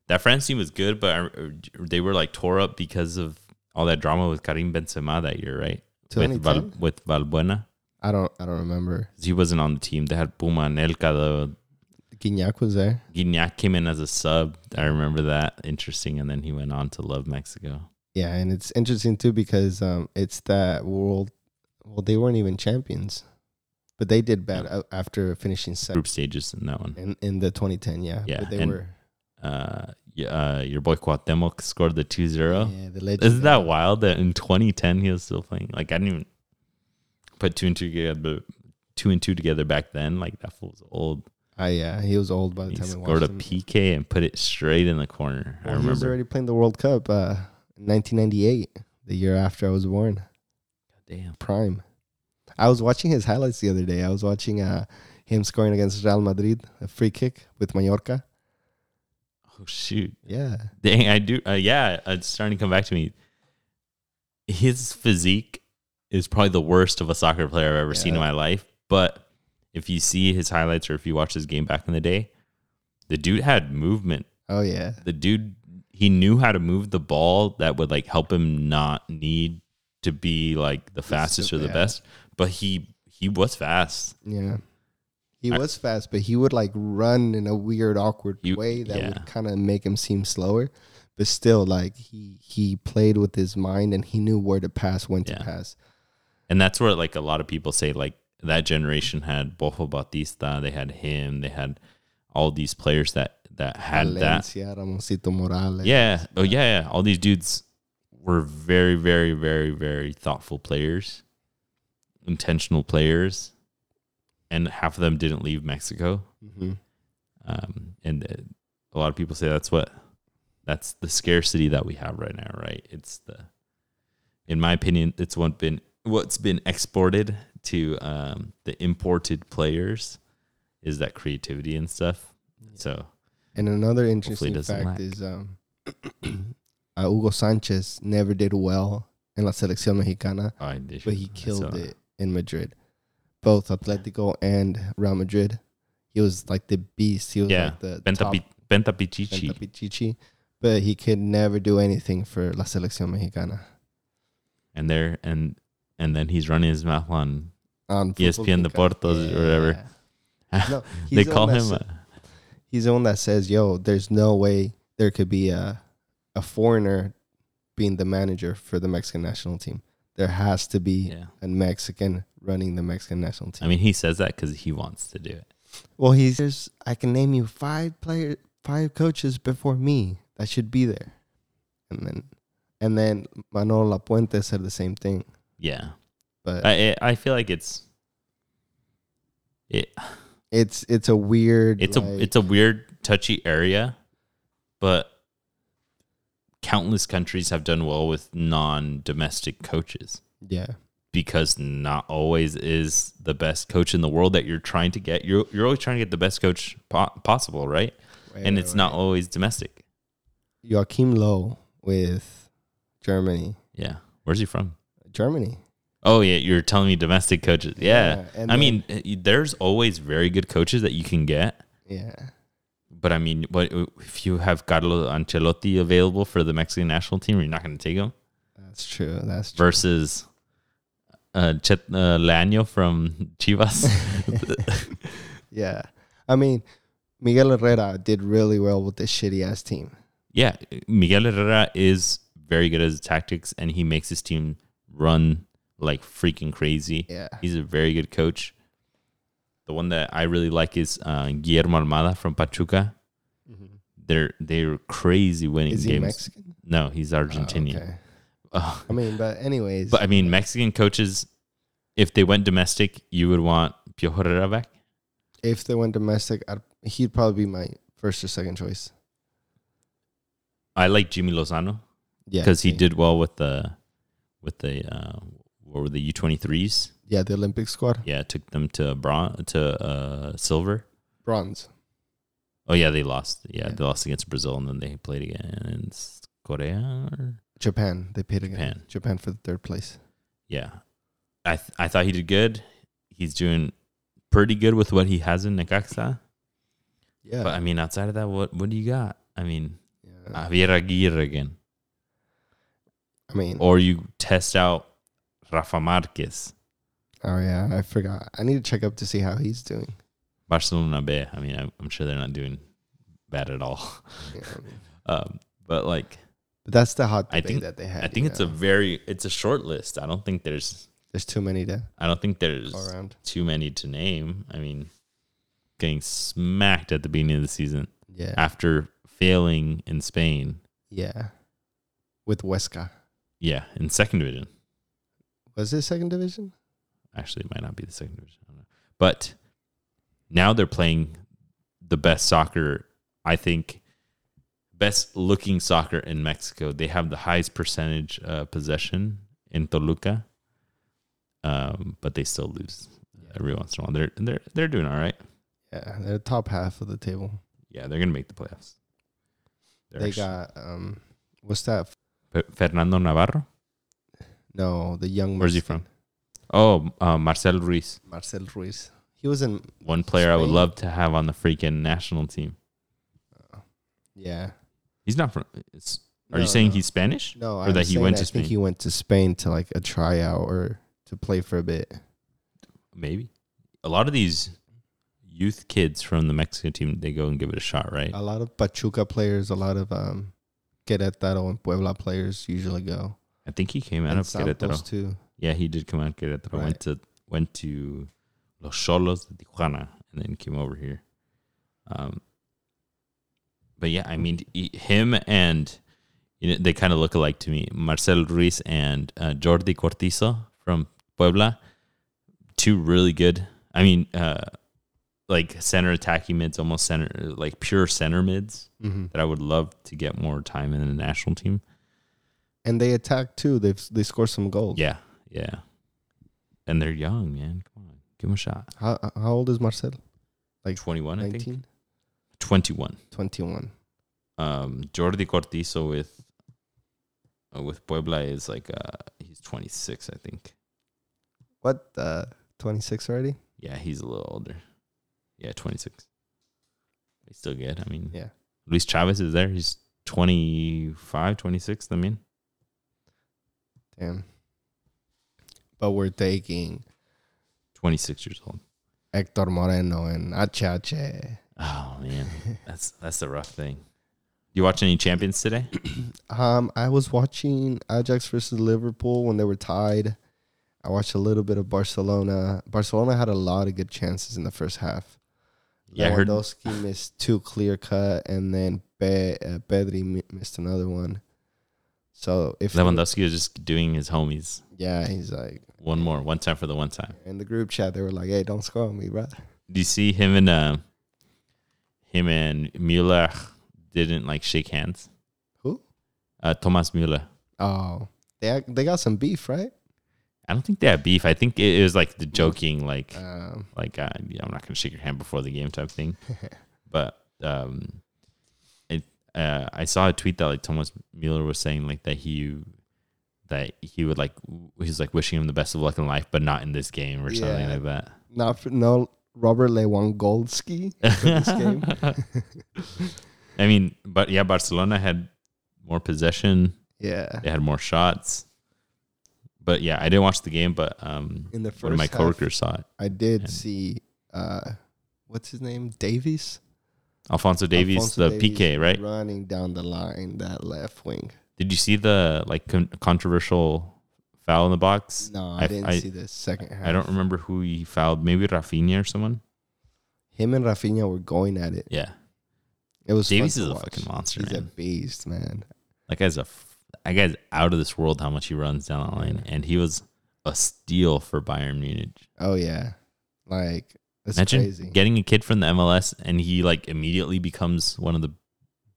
A: that France team was good but I, they were like tore up because of all that drama with Karim Benzema that year, right? With Val,
B: 2010?
A: with Valbuena.
B: I don't I don't remember.
A: 'Cause He wasn't on the team. They had Puma and Elka, the
B: Guignac was there.
A: Guignac came in as a sub. I remember that. Interesting. And then he went on to love Mexico.
B: Yeah, and it's interesting too because um it's that world well they weren't even champions. But they did bad a- after finishing second
A: Group stages in that one.
B: in, in the 2010, yeah.
A: Yeah,
B: but they
A: and-
B: were
A: Uh, yeah, uh, your boy Cuauhtemoc scored the 2 0.
B: yeah, the legend.
A: Isn't that wild that in 2010 he was still playing? Like, I didn't even put two and two together, but two and two together back then. Like, that fool was old.
B: Ah, yeah, he was old by the
A: He
B: time we
A: scored
B: watched
A: a
B: him.
A: PK and put it straight in the corner. I
B: Well, He was
A: remember.
B: already playing the World Cup uh in 1998, the year after I was born.
A: Damn.
B: prime. I was watching his highlights the other day. I was watching uh, him scoring against Real Madrid, a free kick with Mallorca.
A: Oh, shoot.
B: Yeah,
A: Dang, I do. Uh, yeah, it's starting to come back to me. His physique is probably the worst of a soccer player I've ever seen in
B: Yeah.
A: my life. But if you see his highlights or if you watch his game back in the day, the dude had movement.
B: oh yeah,
A: The dude, he knew how to move the ball that would like help him not need to be like the fastest or the
B: yeah.
A: best. But he he was fast.
B: yeah. He
A: I-
B: was fast, but he would like run in a weird, awkward
A: You-
B: way that
A: yeah.
B: would kind of make him seem slower. But still, like he he played with his mind and he knew where to pass, when
A: Yeah.
B: to pass.
A: And that's where like a lot of people say like that generation had Bofo Bautista, they had him, they had all these players that that had that.
B: Valencia, Ramoncito Morales.
A: Yeah. Oh yeah, yeah. All these dudes were very, very, very, very thoughtful players, intentional players, and half of them didn't leave Mexico.
B: Mm-hmm.
A: Um, and uh, a lot of people say that's what that's the scarcity that we have right now, right? It's the, in my opinion, it's what been what's been exported to um, the imported players is that creativity and stuff. So
B: And another
A: it
B: interesting
A: doesn't
B: fact
A: lack.
B: is um, [clears throat] uh, Hugo Sanchez never did well in La Selección Mexicana,
A: I
B: but he killed
A: so-
B: it in Madrid, both Atletico and Real Madrid. He was like the beast. He was
A: Yeah,
B: like the
A: Benta,
B: top
A: Pi- Benta Pichichi.
B: Penta Pichichi, but he could never do anything for La Selección Mexicana.
A: and there and and then he's running his mouth on
B: On Football
A: ESPN
B: Mexicana.
A: Deportes or whatever.
B: Yeah.
A: [laughs]
B: No,
A: they
B: he's the
A: call
B: one that
A: him
B: sa-
A: a-
B: he's the one that says, "Yo, there's no way there could be a a foreigner being the manager for the Mexican national team. There has to be
A: yeah.
B: a Mexican running the Mexican national team."
A: I mean, he says that because he wants to do it.
B: well, he's there's I can name you five player, five coaches before me that should be there, and then and then Manolo Lapuente said the same thing,
A: Yeah,
B: but
A: I I I feel like it's it
B: it's it's a weird
A: it's
B: like-
A: a it's a weird touchy area, but countless countries have done well with non-domestic coaches.
B: yeah
A: because not always is the best coach in the world that you're trying to get. You're you're always trying to get the best coach po- possible, right? and it's not always domestic.
B: Joachim Low with Germany.
A: Yeah. Where's he from?
B: Germany.
A: Oh yeah, you're telling me domestic coaches. Yeah.
B: Yeah, and
A: I
B: then-
A: mean, eh, there's always very good coaches that you can get,
B: Yeah.
A: but I mean, what if you have Carlo Ancelotti available for the Mexican national team, you're not going to take him
B: That's true. That's true.
A: versus uh, Chet uh, Lano from [laughs]
B: [laughs]
A: Chivas.
B: Yeah. I mean, Miguel Herrera did really well with this shitty ass team.
A: yeah, Miguel Herrera is very good at his tactics and he makes his team run like freaking crazy.
B: Yeah.
A: He's a very good coach. The one that I really like is uh, Guillermo Almada from Pachuca. They're they're crazy winning
B: Is he
A: games.
B: Mexican?
A: No, he's
B: Oh,
A: Argentinian.
B: okay.
A: Ugh.
B: I mean, but anyways,
A: But I mean, Mexican coaches, if they went domestic, you would want Piojo Herrera back.
B: if they went domestic, I'd, he'd probably be my first or second choice.
A: I like Jimmy Lozano
B: Yeah.
A: because he
B: see.
A: did well with the with the uh, what were the U twenty threes.
B: Yeah, the Olympic squad.
A: Yeah, it took them to bron- to uh, silver.
B: Bronze.
A: Oh yeah, they lost. Yeah,
B: Yeah.
A: they lost against Brazil, and then they played against Korea. Or?
B: Japan. They played
A: Japan.
B: against Japan for the third place.
A: Yeah, I th- I thought he did good. He's doing pretty good with what he has in Necaxa.
B: Yeah.
A: But I mean, outside of that, what what do you got? I mean,
B: yeah. Mm.
A: Javier Aguirre again,
B: I mean,
A: or you test out Rafa Marquez,
B: oh yeah, I forgot. I need to check up to see how he's doing. [laughs]
A: Barcelona B. I mean, I'm, I'm sure they're not doing bad at all.
B: You know what I mean?
A: Um, but like,
B: But that's the hot
A: I
B: debate
A: think-
B: that they had.
A: I
B: you
A: think it's a
B: know?
A: very it's a short list. I don't think there's
B: there's too many to
A: I don't think there's
B: go around.
A: too many to name. I mean, getting smacked at the beginning of the season
B: Yeah,
A: after failing in Spain.
B: yeah. With Huesca,
A: Yeah, in second division.
B: was it second division?
A: Actually, it might not be the second division. I don't know. But now they're playing the best soccer, I think, best looking soccer in Mexico. They have the highest percentage uh, possession in Toluca, um, but they still lose every once in a while. They're they're they're doing all right.
B: Yeah, they're top half of the table.
A: Yeah, they're gonna make the playoffs. They're
B: They
A: actu-
B: got um, what's that?
A: Fe- Fernando Navarro.
B: No, the young.
A: Where's he from? Oh, uh, Marcel Ruiz,
B: Marcel Ruiz. He was in.
A: one player I would
B: Spain?
A: love to have on the freaking national team.
B: Yeah.
A: He's not from. It's, are
B: No,
A: you saying
B: no.
A: he's Spanish?
B: No,
A: or
B: I'm
A: that he
B: saying
A: went
B: I
A: to
B: think
A: Spain?
B: he went to Spain to like a tryout or to play for a bit.
A: Maybe. A lot of these youth kids from the Mexico team, they go and give it a shot, right?
B: A lot of Pachuca players, a lot of um, Querétaro and Puebla players usually go.
A: I think he came out
B: And
A: of
B: Santos
A: Querétaro.
B: too.
A: Yeah, he did come out of Querétaro.
B: Right.
A: Went to went to Los Cholos de Tijuana, and then came over here. Um, but yeah, I mean, he- him and You know, they kind of look alike to me. Marcel Ruiz and uh, Jordi Cortizo from Puebla, two really good. I mean, uh, like center attacking mids, almost center, like pure center mids
B: Mm-hmm.
A: that I would love to get more time in the national team.
B: And they attack too. They've they score some goals.
A: Yeah, yeah. And they're young, man. Come on, give them a shot.
B: How how old is Marcel?
A: Twenty-one, I think.
B: 19?
A: Twenty-one.
B: 21.
A: um, Jordi Cortizo with uh, with Puebla is like uh, he's 26, I think.
B: What? Uh, 26 already?
A: Yeah, he's a little older. Yeah, 26. He's still good. I mean,
B: Yeah.
A: Luis Chavez is there. He's 25, 26. I mean,
B: Damn. But we're taking
A: 26 years old.
B: Hector Moreno and E. Achache.
A: Oh man, that's that's the rough thing. You watch any champions today?
B: Um, I was watching Ajax versus Liverpool when they were tied. I watched a little bit of Barcelona. Barcelona had a lot of good chances in the first half.
A: Yeah, I heard. [laughs]
B: Lewandowski missed two clear cut, and then Pe- uh, Pedri mi- missed another one. So if
A: Lewandowski is just doing his homies.
B: yeah, he's like
A: One more, one time for the one time.
B: in the group chat. They were like, "Hey, don't score on me, brother."
A: Do you see him and uh, him and Mueller didn't like shake hands?
B: Who?
A: Uh, Thomas Mueller.
B: Oh, they ac- they got some beef, right?
A: I don't think they had beef. I think it, it was like the joking, like
B: Um,
A: like uh, yeah, I'm not gonna shake your hand before the game type
B: [laughs]
A: thing. but um, it uh, I saw a tweet that like Thomas Mueller was saying like that he that he would like w- he's like wishing him the best of luck in life, but not in this game or something
B: Yeah.
A: like that.
B: not for, no Robert Lewandowski
A: [laughs]
B: for this game.
A: I mean, but yeah, Barcelona had more possession.
B: Yeah,
A: They had more shots. But yeah, I didn't watch the game, but um,
B: in the
A: one of
B: first
A: my
B: half,
A: coworkers saw it.
B: I did
A: and-
B: see uh, what's his name, Davies.
A: Alfonso Davies, the
B: Alphonso Davies
A: PK, right?
B: Running down the line, that left wing.
A: Did you see the like con- controversial foul in the box?
B: No,
A: I
B: I,
A: f-
B: didn't
A: I-
B: see the second half.
A: I don't remember who he fouled. Maybe Rafinha or someone.
B: Him and Rafinha were going at it.
A: Yeah,
B: It was fun
A: Davies
B: to
A: is a
B: watch.
A: fucking monster,
B: He's a
A: man.
B: beast, man.
A: That guy's a f- that guy's out of this world. How much he runs down the line, and he was a steal for Bayern Munich.
B: Oh yeah, like that's
A: Imagine
B: crazy.
A: getting a kid from the MLS and he like immediately becomes one of the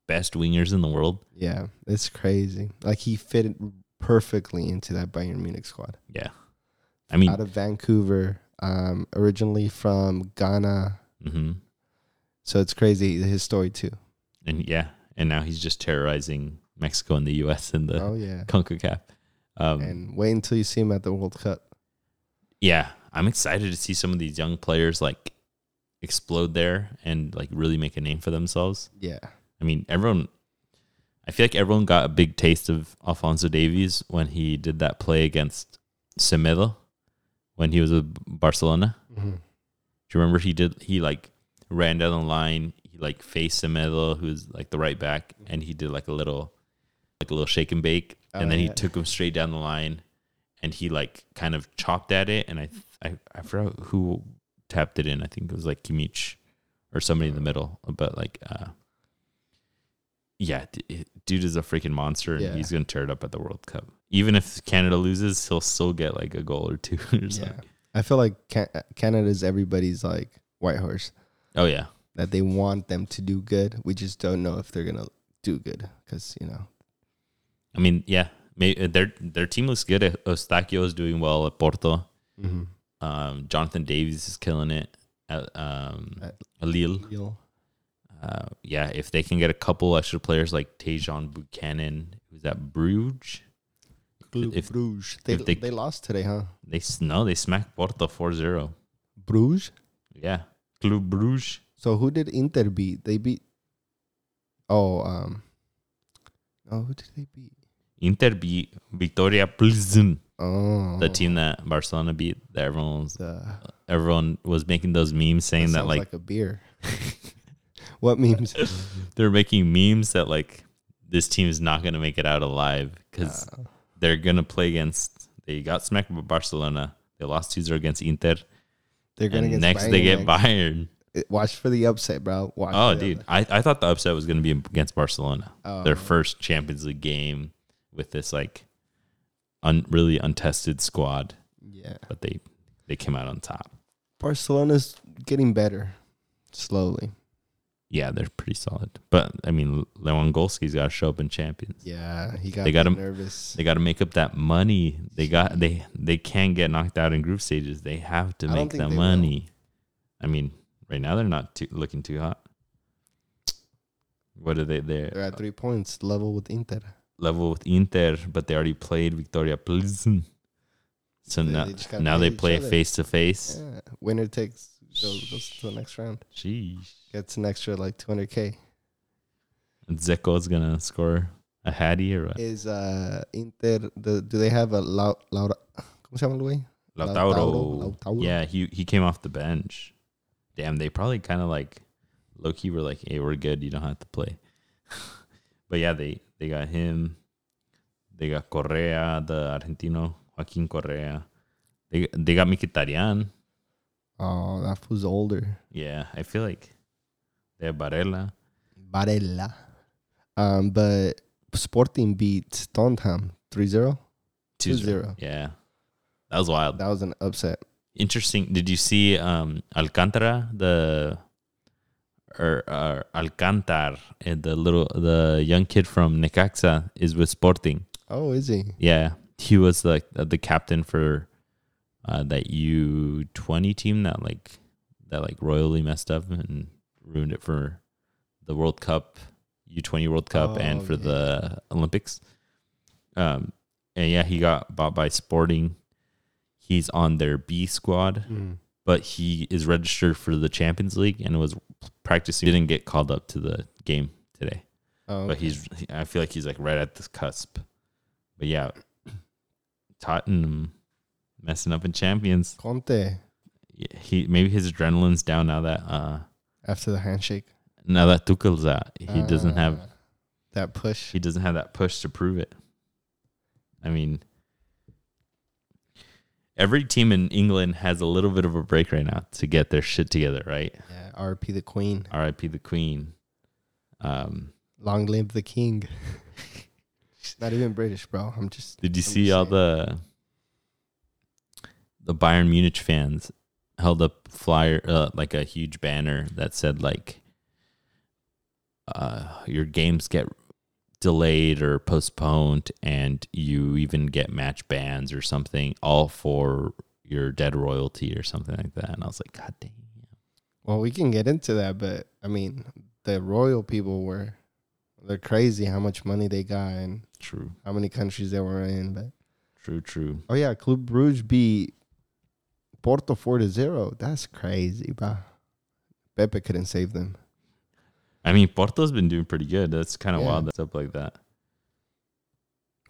A: best wingers in the world.
B: yeah, it's crazy. Like he fit perfectly into that Bayern Munich squad.
A: Yeah, I mean,
B: out of Vancouver, um, originally from Ghana.
A: hmm
B: So it's crazy his story too.
A: and yeah, and now he's just terrorizing Mexico and the U.S. and the
B: Oh yeah,
A: Concacaf. Um,
B: and wait until you see him at the World Cup.
A: yeah, I'm excited to see some of these young players like explode there and like really make a name for themselves.
B: Yeah,
A: I mean, everyone. I feel like everyone got a big taste of Alfonso Davies when he did that play against Semedo when he was with Barcelona. Do you remember he did he like ran down the line, he like faced Semedo, who's like the right back, and he did like a little like a little shake and bake.
B: Oh,
A: and then he
B: yeah.
A: took him straight down the line and he like kind of chopped at it and I I, I forgot who tapped it in. I think it was like Kimich or somebody in the middle. But like uh yeah, d- it- dude is a freaking monster and
B: Yeah.
A: he's gonna tear it up at the World Cup. Even if Canada loses, he'll still get like a goal or two [laughs] or something.
B: yeah. I feel like Ca- uh, Canada's everybody's like white horse
A: Oh yeah.
B: that they want them to do good. We just don't know if they're gonna do good because you know.
A: I mean, yeah, may, uh, their their team looks good. Ostaquio is doing well at Porto.
B: Mm-hmm.
A: Um, Jonathan Davies is killing it at um,
B: At-
A: Lille.
B: You'll-
A: Uh, yeah, if they can get a couple extra players like Tejan Buchanan, who's at Bruges, if-
B: Bruges. They,
A: if they-
B: they lost today, huh?
A: they s- no, they smacked Porto 4-0.
B: Bruges.
A: Yeah, Club Bruges.
B: So who did Inter beat? They beat. Oh, um. Oh, who did they beat?
A: Inter beat Victoria Plzen,
B: Oh,
A: the team that Barcelona beat. That everyone was,
B: The,
A: everyone was making those memes saying that
B: sounds
A: like
B: a beer. [laughs] what
A: [laughs]
B: memes?
A: they're making memes that like this team is not going to make it out alive because
B: Uh,
A: they're going to play against they got smacked by Barcelona. They lost 2-0 against Inter.
B: they're gonna
A: And
B: get
A: next
B: Bayern
A: they get
B: next.
A: Bayern.
B: it- watch for the upset, bro. Watch
A: Oh,
B: for the
A: dude,
B: upset.
A: I, I thought the upset was going to be against Barcelona,
B: Oh,
A: their first Champions League game with this like un, really untested squad,
B: yeah.
A: but they they came out on top.
B: Barcelona's getting better slowly.
A: Yeah, they're pretty solid, but I mean, Lewandowski's got to show up in Champions.
B: Yeah, he got
A: They got
B: me
A: him-
B: nervous.
A: They got to make up that money. They got they they can't get knocked out in group stages. They have to
B: I don't
A: make
B: think
A: that
B: they will.
A: money. I mean, right now they're not too, looking too hot. What are they? They're,
B: They're at three points level with Inter.
A: level with Inter, but they already played Victoria Plzen. So
B: They-
A: now,
B: they just gotta
A: now
B: play
A: they
B: each
A: play
B: other.
A: face to face.
B: Yeah. Winner takes goes, goes to the next round.
A: Jeez.
B: Gets an extra like 200k.
A: And Zeko's gonna score a hattie or what?
B: Is uh Inter the, do they have a Lau- Laura? ¿Cómo se llama el güey?
A: Lautaro.
B: Lautaro, Lautaro.
A: Yeah, he he came off the bench. Damn, they probably kind of like low key were like, "Hey, we're good. You don't have to play." [laughs] but yeah, they they got him. They got Correa, the Argentino, Joaquin Correa. They they got Mkhitaryan.
B: Oh, that fool's older.
A: Yeah, I feel like they have Barella.
B: Varela. Um, but Sporting beat Tottenham 3-0. 2-0.
A: Yeah. That was wild.
B: That was an upset.
A: Interesting. Did you see um Alcantara the or, or Alcantar eh, the little the young kid from Necaxa is with Sporting.
B: Oh, is he?
A: Yeah. He was like the, the captain for uh, that U twenty team that like that like royally messed up and ruined it for the World Cup, U twenty World Cup, and
B: Oh,
A: for
B: yeah.
A: the Olympics. Um, and yeah, he got bought by Sporting. He's on their B squad, but he is registered for the Champions League and was practicing. Didn't get called up to the game today,
B: Oh,
A: but he's. I feel like he's like right at this cusp. But yeah, [clears throat] Tottenham messing up in Champions
B: Conte
A: he maybe his adrenaline's down now that uh
B: after the handshake.
A: now that Tuchel's out. He doesn't have
B: Uh, that push.
A: he doesn't have that push to prove it. I mean every team in England has a little bit of a break right now to get their shit together, right?
B: Yeah, RP the Queen.
A: RIP the Queen. Um
B: Long live the King. [laughs] Not even British, bro. I'm just.
A: did you
B: I'm
A: see
B: just
A: all
B: saying.
A: the the Bayern Munich fans held up flyer uh, like a huge banner that said like uh, your games get delayed or postponed and you even get match bans or something all for your dead royalty or something like that and i was like god damn
B: Well, we can get into that, but I mean, the royal people were. They're crazy how much money they got and
A: true
B: how many countries they were in. But
A: true true
B: oh yeah, Club Brugge beat Porto four to zero. That's crazy, bro. Pepe couldn't save them.
A: i mean porto's been doing pretty good that's kind of
B: Yeah.
A: wild that's up like that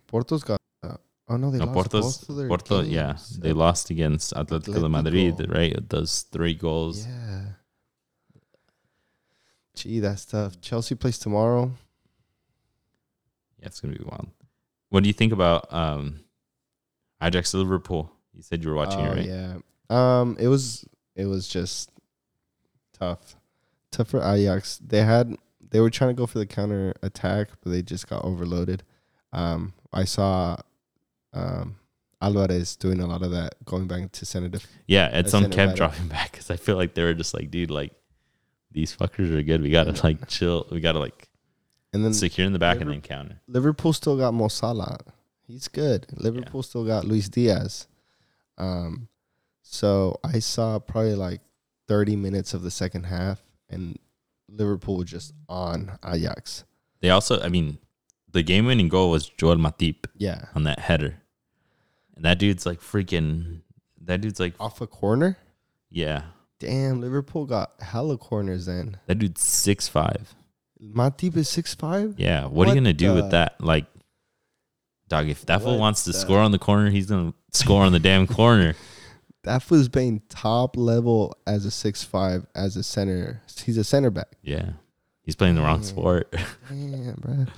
B: Porto's got. Uh, oh no, they
A: No,
B: lost
A: Porto's,
B: both of their
A: Porto,
B: games.
A: yeah, they lost against Atletico, de Madrid,
B: Atletico.
A: right? Those three goals.
B: Yeah. Gee, that's tough. Chelsea plays tomorrow.
A: Yeah, it's gonna be wild. What do you think about um Ajax Liverpool? You said you were watching
B: Oh,
A: it, right?
B: Yeah. Um, it was it was just tough. Tough for Ajax. They had they were trying to go for the counter attack, but they just got overloaded. Um, I saw um Alvarez doing a lot of that, going back to center def-
A: Yeah,
B: I
A: Edson
B: sent it
A: kept
B: right
A: dropping [laughs] back because I feel like they were just like, dude, like these fuckers are good. We gotta
B: Yeah.
A: like chill. We gotta like
B: and then
A: secure in the back and
B: Liverpool-
A: then counter.
B: Liverpool still got Mo Salah. He's good. Liverpool still got Luis Diaz. Um, so I saw probably like 30 minutes of the second half, and Liverpool was just on Ajax.
A: They also, I mean, the game-winning goal was Joel Matip
B: Yeah.
A: on that header, and that dude's like freaking. That dude's like,
B: Off a corner?
A: yeah,
B: Damn, Liverpool got hella corners then.
A: that dude's six five.
B: Matip is 6'5?
A: Yeah, what, are
B: What
A: you gonna do
B: the-
A: with that? Like, dog, if that fool
B: What
A: wants to
B: the-
A: score on the corner, he's gonna score on the damn
B: [laughs]
A: corner.
B: That fool's playing top level as a 6'5 as a center. He's a center back.
A: Yeah, he's playing the wrong
B: Mm.
A: sport. [laughs]
B: Damn, bruh.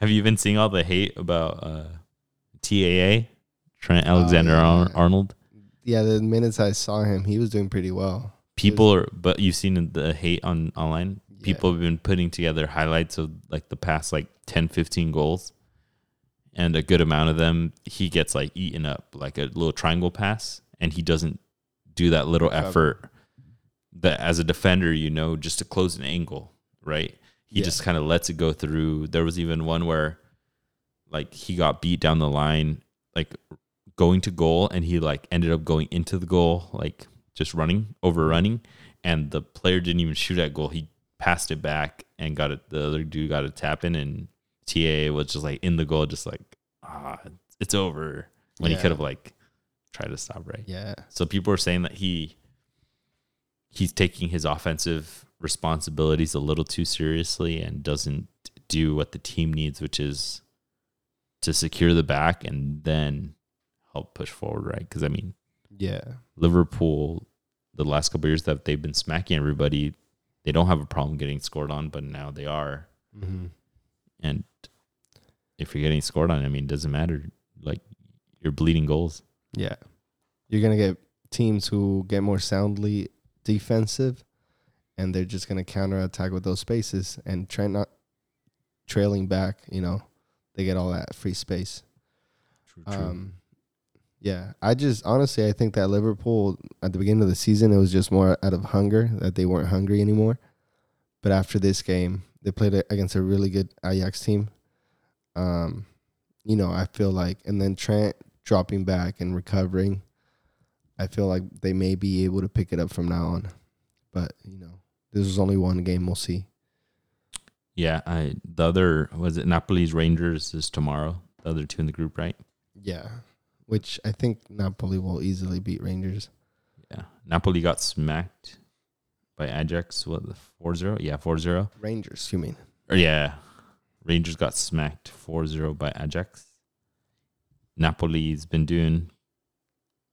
A: Have you been seeing all the hate about uh, TAA, Trent Alexander
B: yeah.
A: Arnold?
B: Yeah, the minutes I saw him, he was doing pretty well.
A: people are but you've seen the hate on online
B: Yeah.
A: people have been putting together highlights of like the past like 10 15 goals and a good amount of them he gets like eaten up like a little triangle pass and he doesn't do that little
B: Cover.
A: effort that as a defender you know just to close an angle right he
B: Yeah.
A: just kind of lets it go through there was even one where like he got beat down the line like going to goal and he like ended up going into the goal like just running over running and the player didn't even shoot at goal he passed it back and got it the other dude got a tap in and TA was just like in the goal just like ah it's over when he
B: Yeah.
A: could have like tried to stop right
B: Yeah.
A: so people are saying that he he's taking his offensive responsibilities a little too seriously and doesn't do what the team needs, which is to secure the back and then help push forward, right? Because I mean,
B: Yeah.
A: Liverpool, the last couple of years that they've been smacking everybody, they don't have a problem getting scored on, but now they are.
B: Mm-hmm.
A: And if you're getting scored on, I mean, it doesn't matter. Like you're bleeding goals.
B: Yeah. You're going to get teams who get more soundly defensive and they're just going to counterattack with those spaces and try not trailing back, you know, they get all that free space.
A: True,
B: Um, yeah, I just honestly I think that Liverpool at the beginning of the season it was just more out of hunger that they weren't hungry anymore. But after this game, they played a- against a really good Ajax team. Um, you know, I feel like and then Trent dropping back and recovering, I feel like they may be able to pick it up from now on. But you know, this is only one game. We'll see.
A: Yeah, I the other was it Napoli's Rangers is tomorrow. The other two in the group, right?
B: Yeah, which I think Napoli will easily beat Rangers.
A: Yeah. Napoli got smacked by Ajax what 4-0? Yeah, 4-0.
B: Rangers, you mean?
A: Or yeah. Rangers got smacked 4-0 by Ajax. Napoli's been doing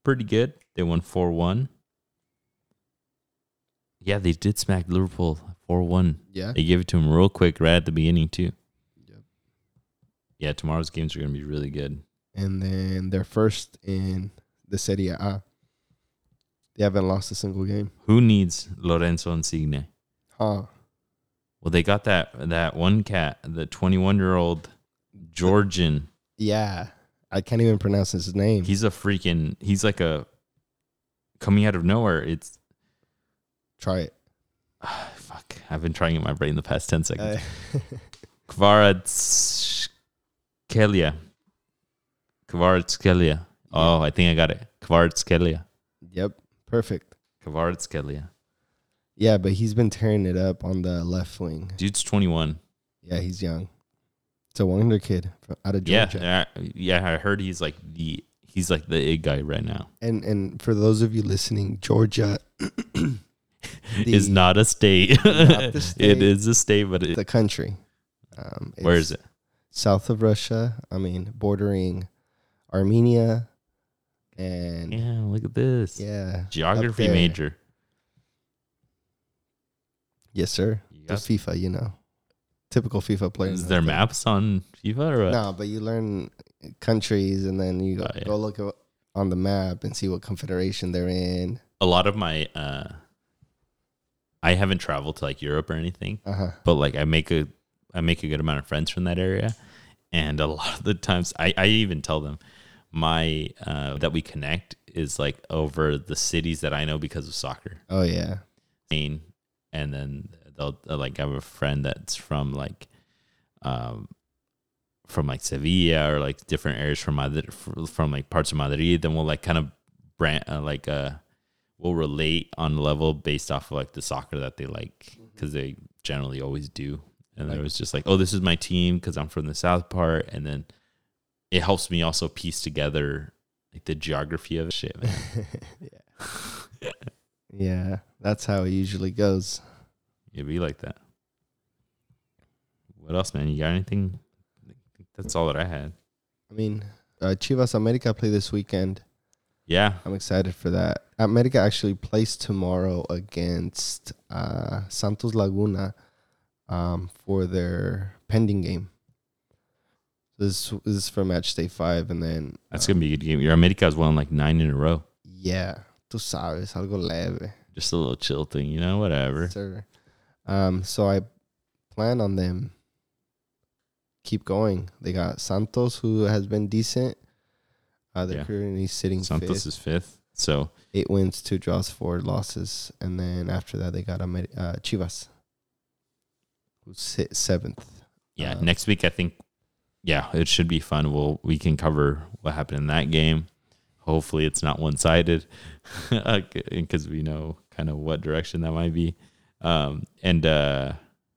A: pretty good. They won 4-1. Yeah, they did smack Liverpool 4-1.
B: Yeah.
A: They gave it to him real quick right at the beginning too.
B: Yep.
A: Yeah, tomorrow's games are going to be really good.
B: and then they're first in the Serie A. They haven't lost a single game.
A: Who needs Lorenzo Insigne?
B: Huh.
A: Well, they got that that one cat, the 21 year old Georgian.
B: Yeah. I can't even pronounce his name.
A: He's a freaking. He's like a coming out of nowhere. It's
B: Try it.
A: ah, fuck. I've been trying it in my brain the past 10 seconds.
B: Uh,
A: Kvara Tskelia. Kvara Tskelia. [laughs] Oh, I think I got it. Kvara Tskelia.
B: [laughs] yep. Perfect.
A: Kvara Tskelia.
B: Yeah, but he's been tearing it up on the left wing.
A: Dude's 21.
B: Yeah, he's young. It's a wonder kid from out of
A: Yeah,
B: Georgia.
A: I- yeah. I heard he's like the he's like the ig guy right now.
B: And and for those of you listening, Georgia
A: [coughs] is
B: the-
A: not a state. [laughs]
B: Not the
A: it
B: state.
A: is a state, but it,
B: the country. Um,
A: where
B: it's-
A: is it?
B: south of Russia. I mean, bordering Armenia and
A: Yeah, look at this.
B: yeah,
A: Geography
B: there.
A: major.
B: yes, sir.
A: You
B: The
A: got-
B: FIFA, you know, typical FIFA players.
A: is there
B: out
A: maps on FIFA or uh,
B: there.
A: what?
B: No, but you learn countries and then you go,
A: Oh, yeah.
B: go look at- on the map and see what confederation they're in.
A: A lot of my, uh, I haven't traveled to like Europe or anything,
B: Uh huh.
A: but like I make a, I make a good amount of friends from that area, and a [laughs] lot of the times I, I even tell them my uh, that we connect is like over the cities that I know because of soccer. [laughs]
B: Oh yeah.
A: Spain, and then they'll uh, like I have a friend that's from like, um, from like Sevilla or like different areas from Madrid, from like parts of Madrid. Then we'll like kind of brand uh, like uh, we'll relate on level based off of like the soccer that they like because they generally always do. And I
B: Right.
A: was just like, oh, this is my team because I'm from the south part, and then it helps me also piece together like the geography of shit, man.
B: yeah. [laughs] Yeah. That's how it usually goes.
A: It'd be like that. What else, man? You got anything? I think That's all that I had.
B: I mean, uh, Chivas America play this weekend.
A: Yeah.
B: I'm excited for that. America actually plays tomorrow against uh, Santos Laguna um, for their pending game. This, this is for match day five, and then um,
A: That's gonna be a good game. Your America's won like nine in a row.
B: yeah, tú sabes, algo leve.
A: Just a little chill thing, you know, whatever.
B: Sir. Um, so I plan on them. Keep going. They got Santos, who has been decent. Uh, they're
A: Yeah.
B: currently sitting
A: Santos
B: fifth.
A: is fifth. So
B: Eight wins, two draws, four losses, and then after that they got Amer- uh, Chivas, who's sit seventh.
A: yeah,
B: Uh,
A: next week I think yeah, it should be fun. We'll we can cover what happened in that game. Hopefully it's not one [laughs] sided because we know kind of what direction that might be. Um, and uh,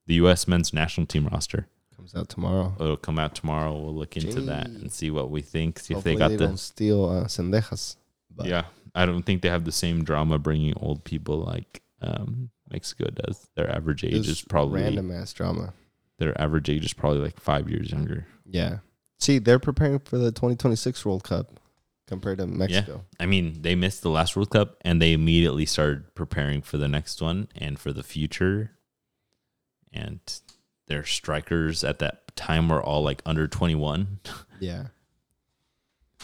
A: the U.S. men's national team roster.
B: Comes out tomorrow.
A: It'll come out tomorrow. We'll look into that
B: Gee.
A: and see what we think. See if
B: Hopefully
A: they got the
B: don't steal uh, Sendejas. But
A: yeah. I don't think they have the same drama bringing old people like um, Mexico does. Their average
B: it
A: age
B: was
A: is probably
B: random ass drama.
A: their average age is probably like five years younger.
B: Yeah. See, they're preparing for the 2026 World Cup compared to Mexico.
A: I mean, they missed the last World Cup and they immediately started preparing for the next one and for the future. And their strikers at that time were all like under 21.
B: Yeah.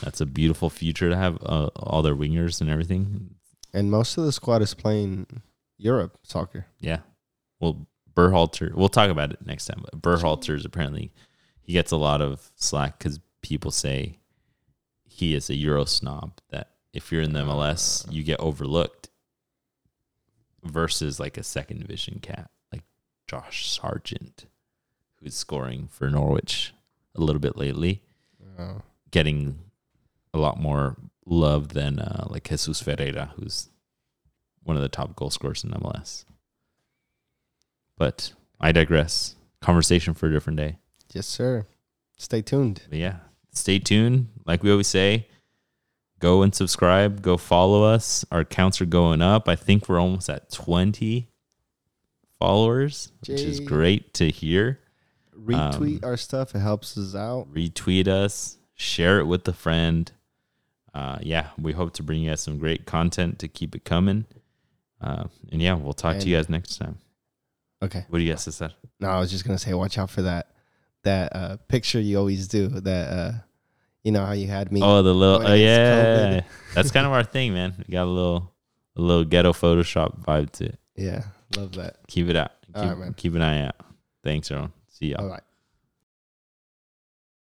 A: That's a beautiful future to have uh, all their wingers and everything.
B: And most of the squad is playing Europe soccer.
A: Yeah. Well, Burhalter, we'll talk about it next time. But Burhalter is apparently, he gets a lot of slack because people say he is a Euro snob, that if you're in the MLS, you get overlooked versus like a second division cat, like Josh Sargent, who's scoring for Norwich a little bit lately,
B: Oh.
A: getting a lot more love than uh, like Jesus Ferreira, who's one of the top goal scorers in MLS. But I digress. Conversation for a different day.
B: Yes, sir. Stay tuned.
A: But yeah, stay tuned. Like we always say, go and subscribe, go follow us. Our counts are going up. I think we're almost at 20 followers, which is
B: Yay.
A: great to hear. Um,
B: Retweet our stuff. It helps us out.
A: Retweet us, share it with a friend. Uh, yeah, we hope to bring you guys some great content to keep it coming. Uh, and yeah, we'll talk to
B: And-
A: you guys next time.
B: Okay.
A: What do you guys say? Cesar?
B: No, I was just gonna say, watch out for that that uh, picture you always do. That uh, you know how you had me.
A: Oh, the little
B: Oh,
A: oh,
B: it's
A: yeah,
B: COVID.
A: [laughs] that's kind of our thing, man. We got a little a little ghetto Photoshop vibe to it.
B: Yeah, love that.
A: keep it out. Keep,
B: All right, man.
A: keep an eye out. Thanks, everyone. See y'all.
B: All right.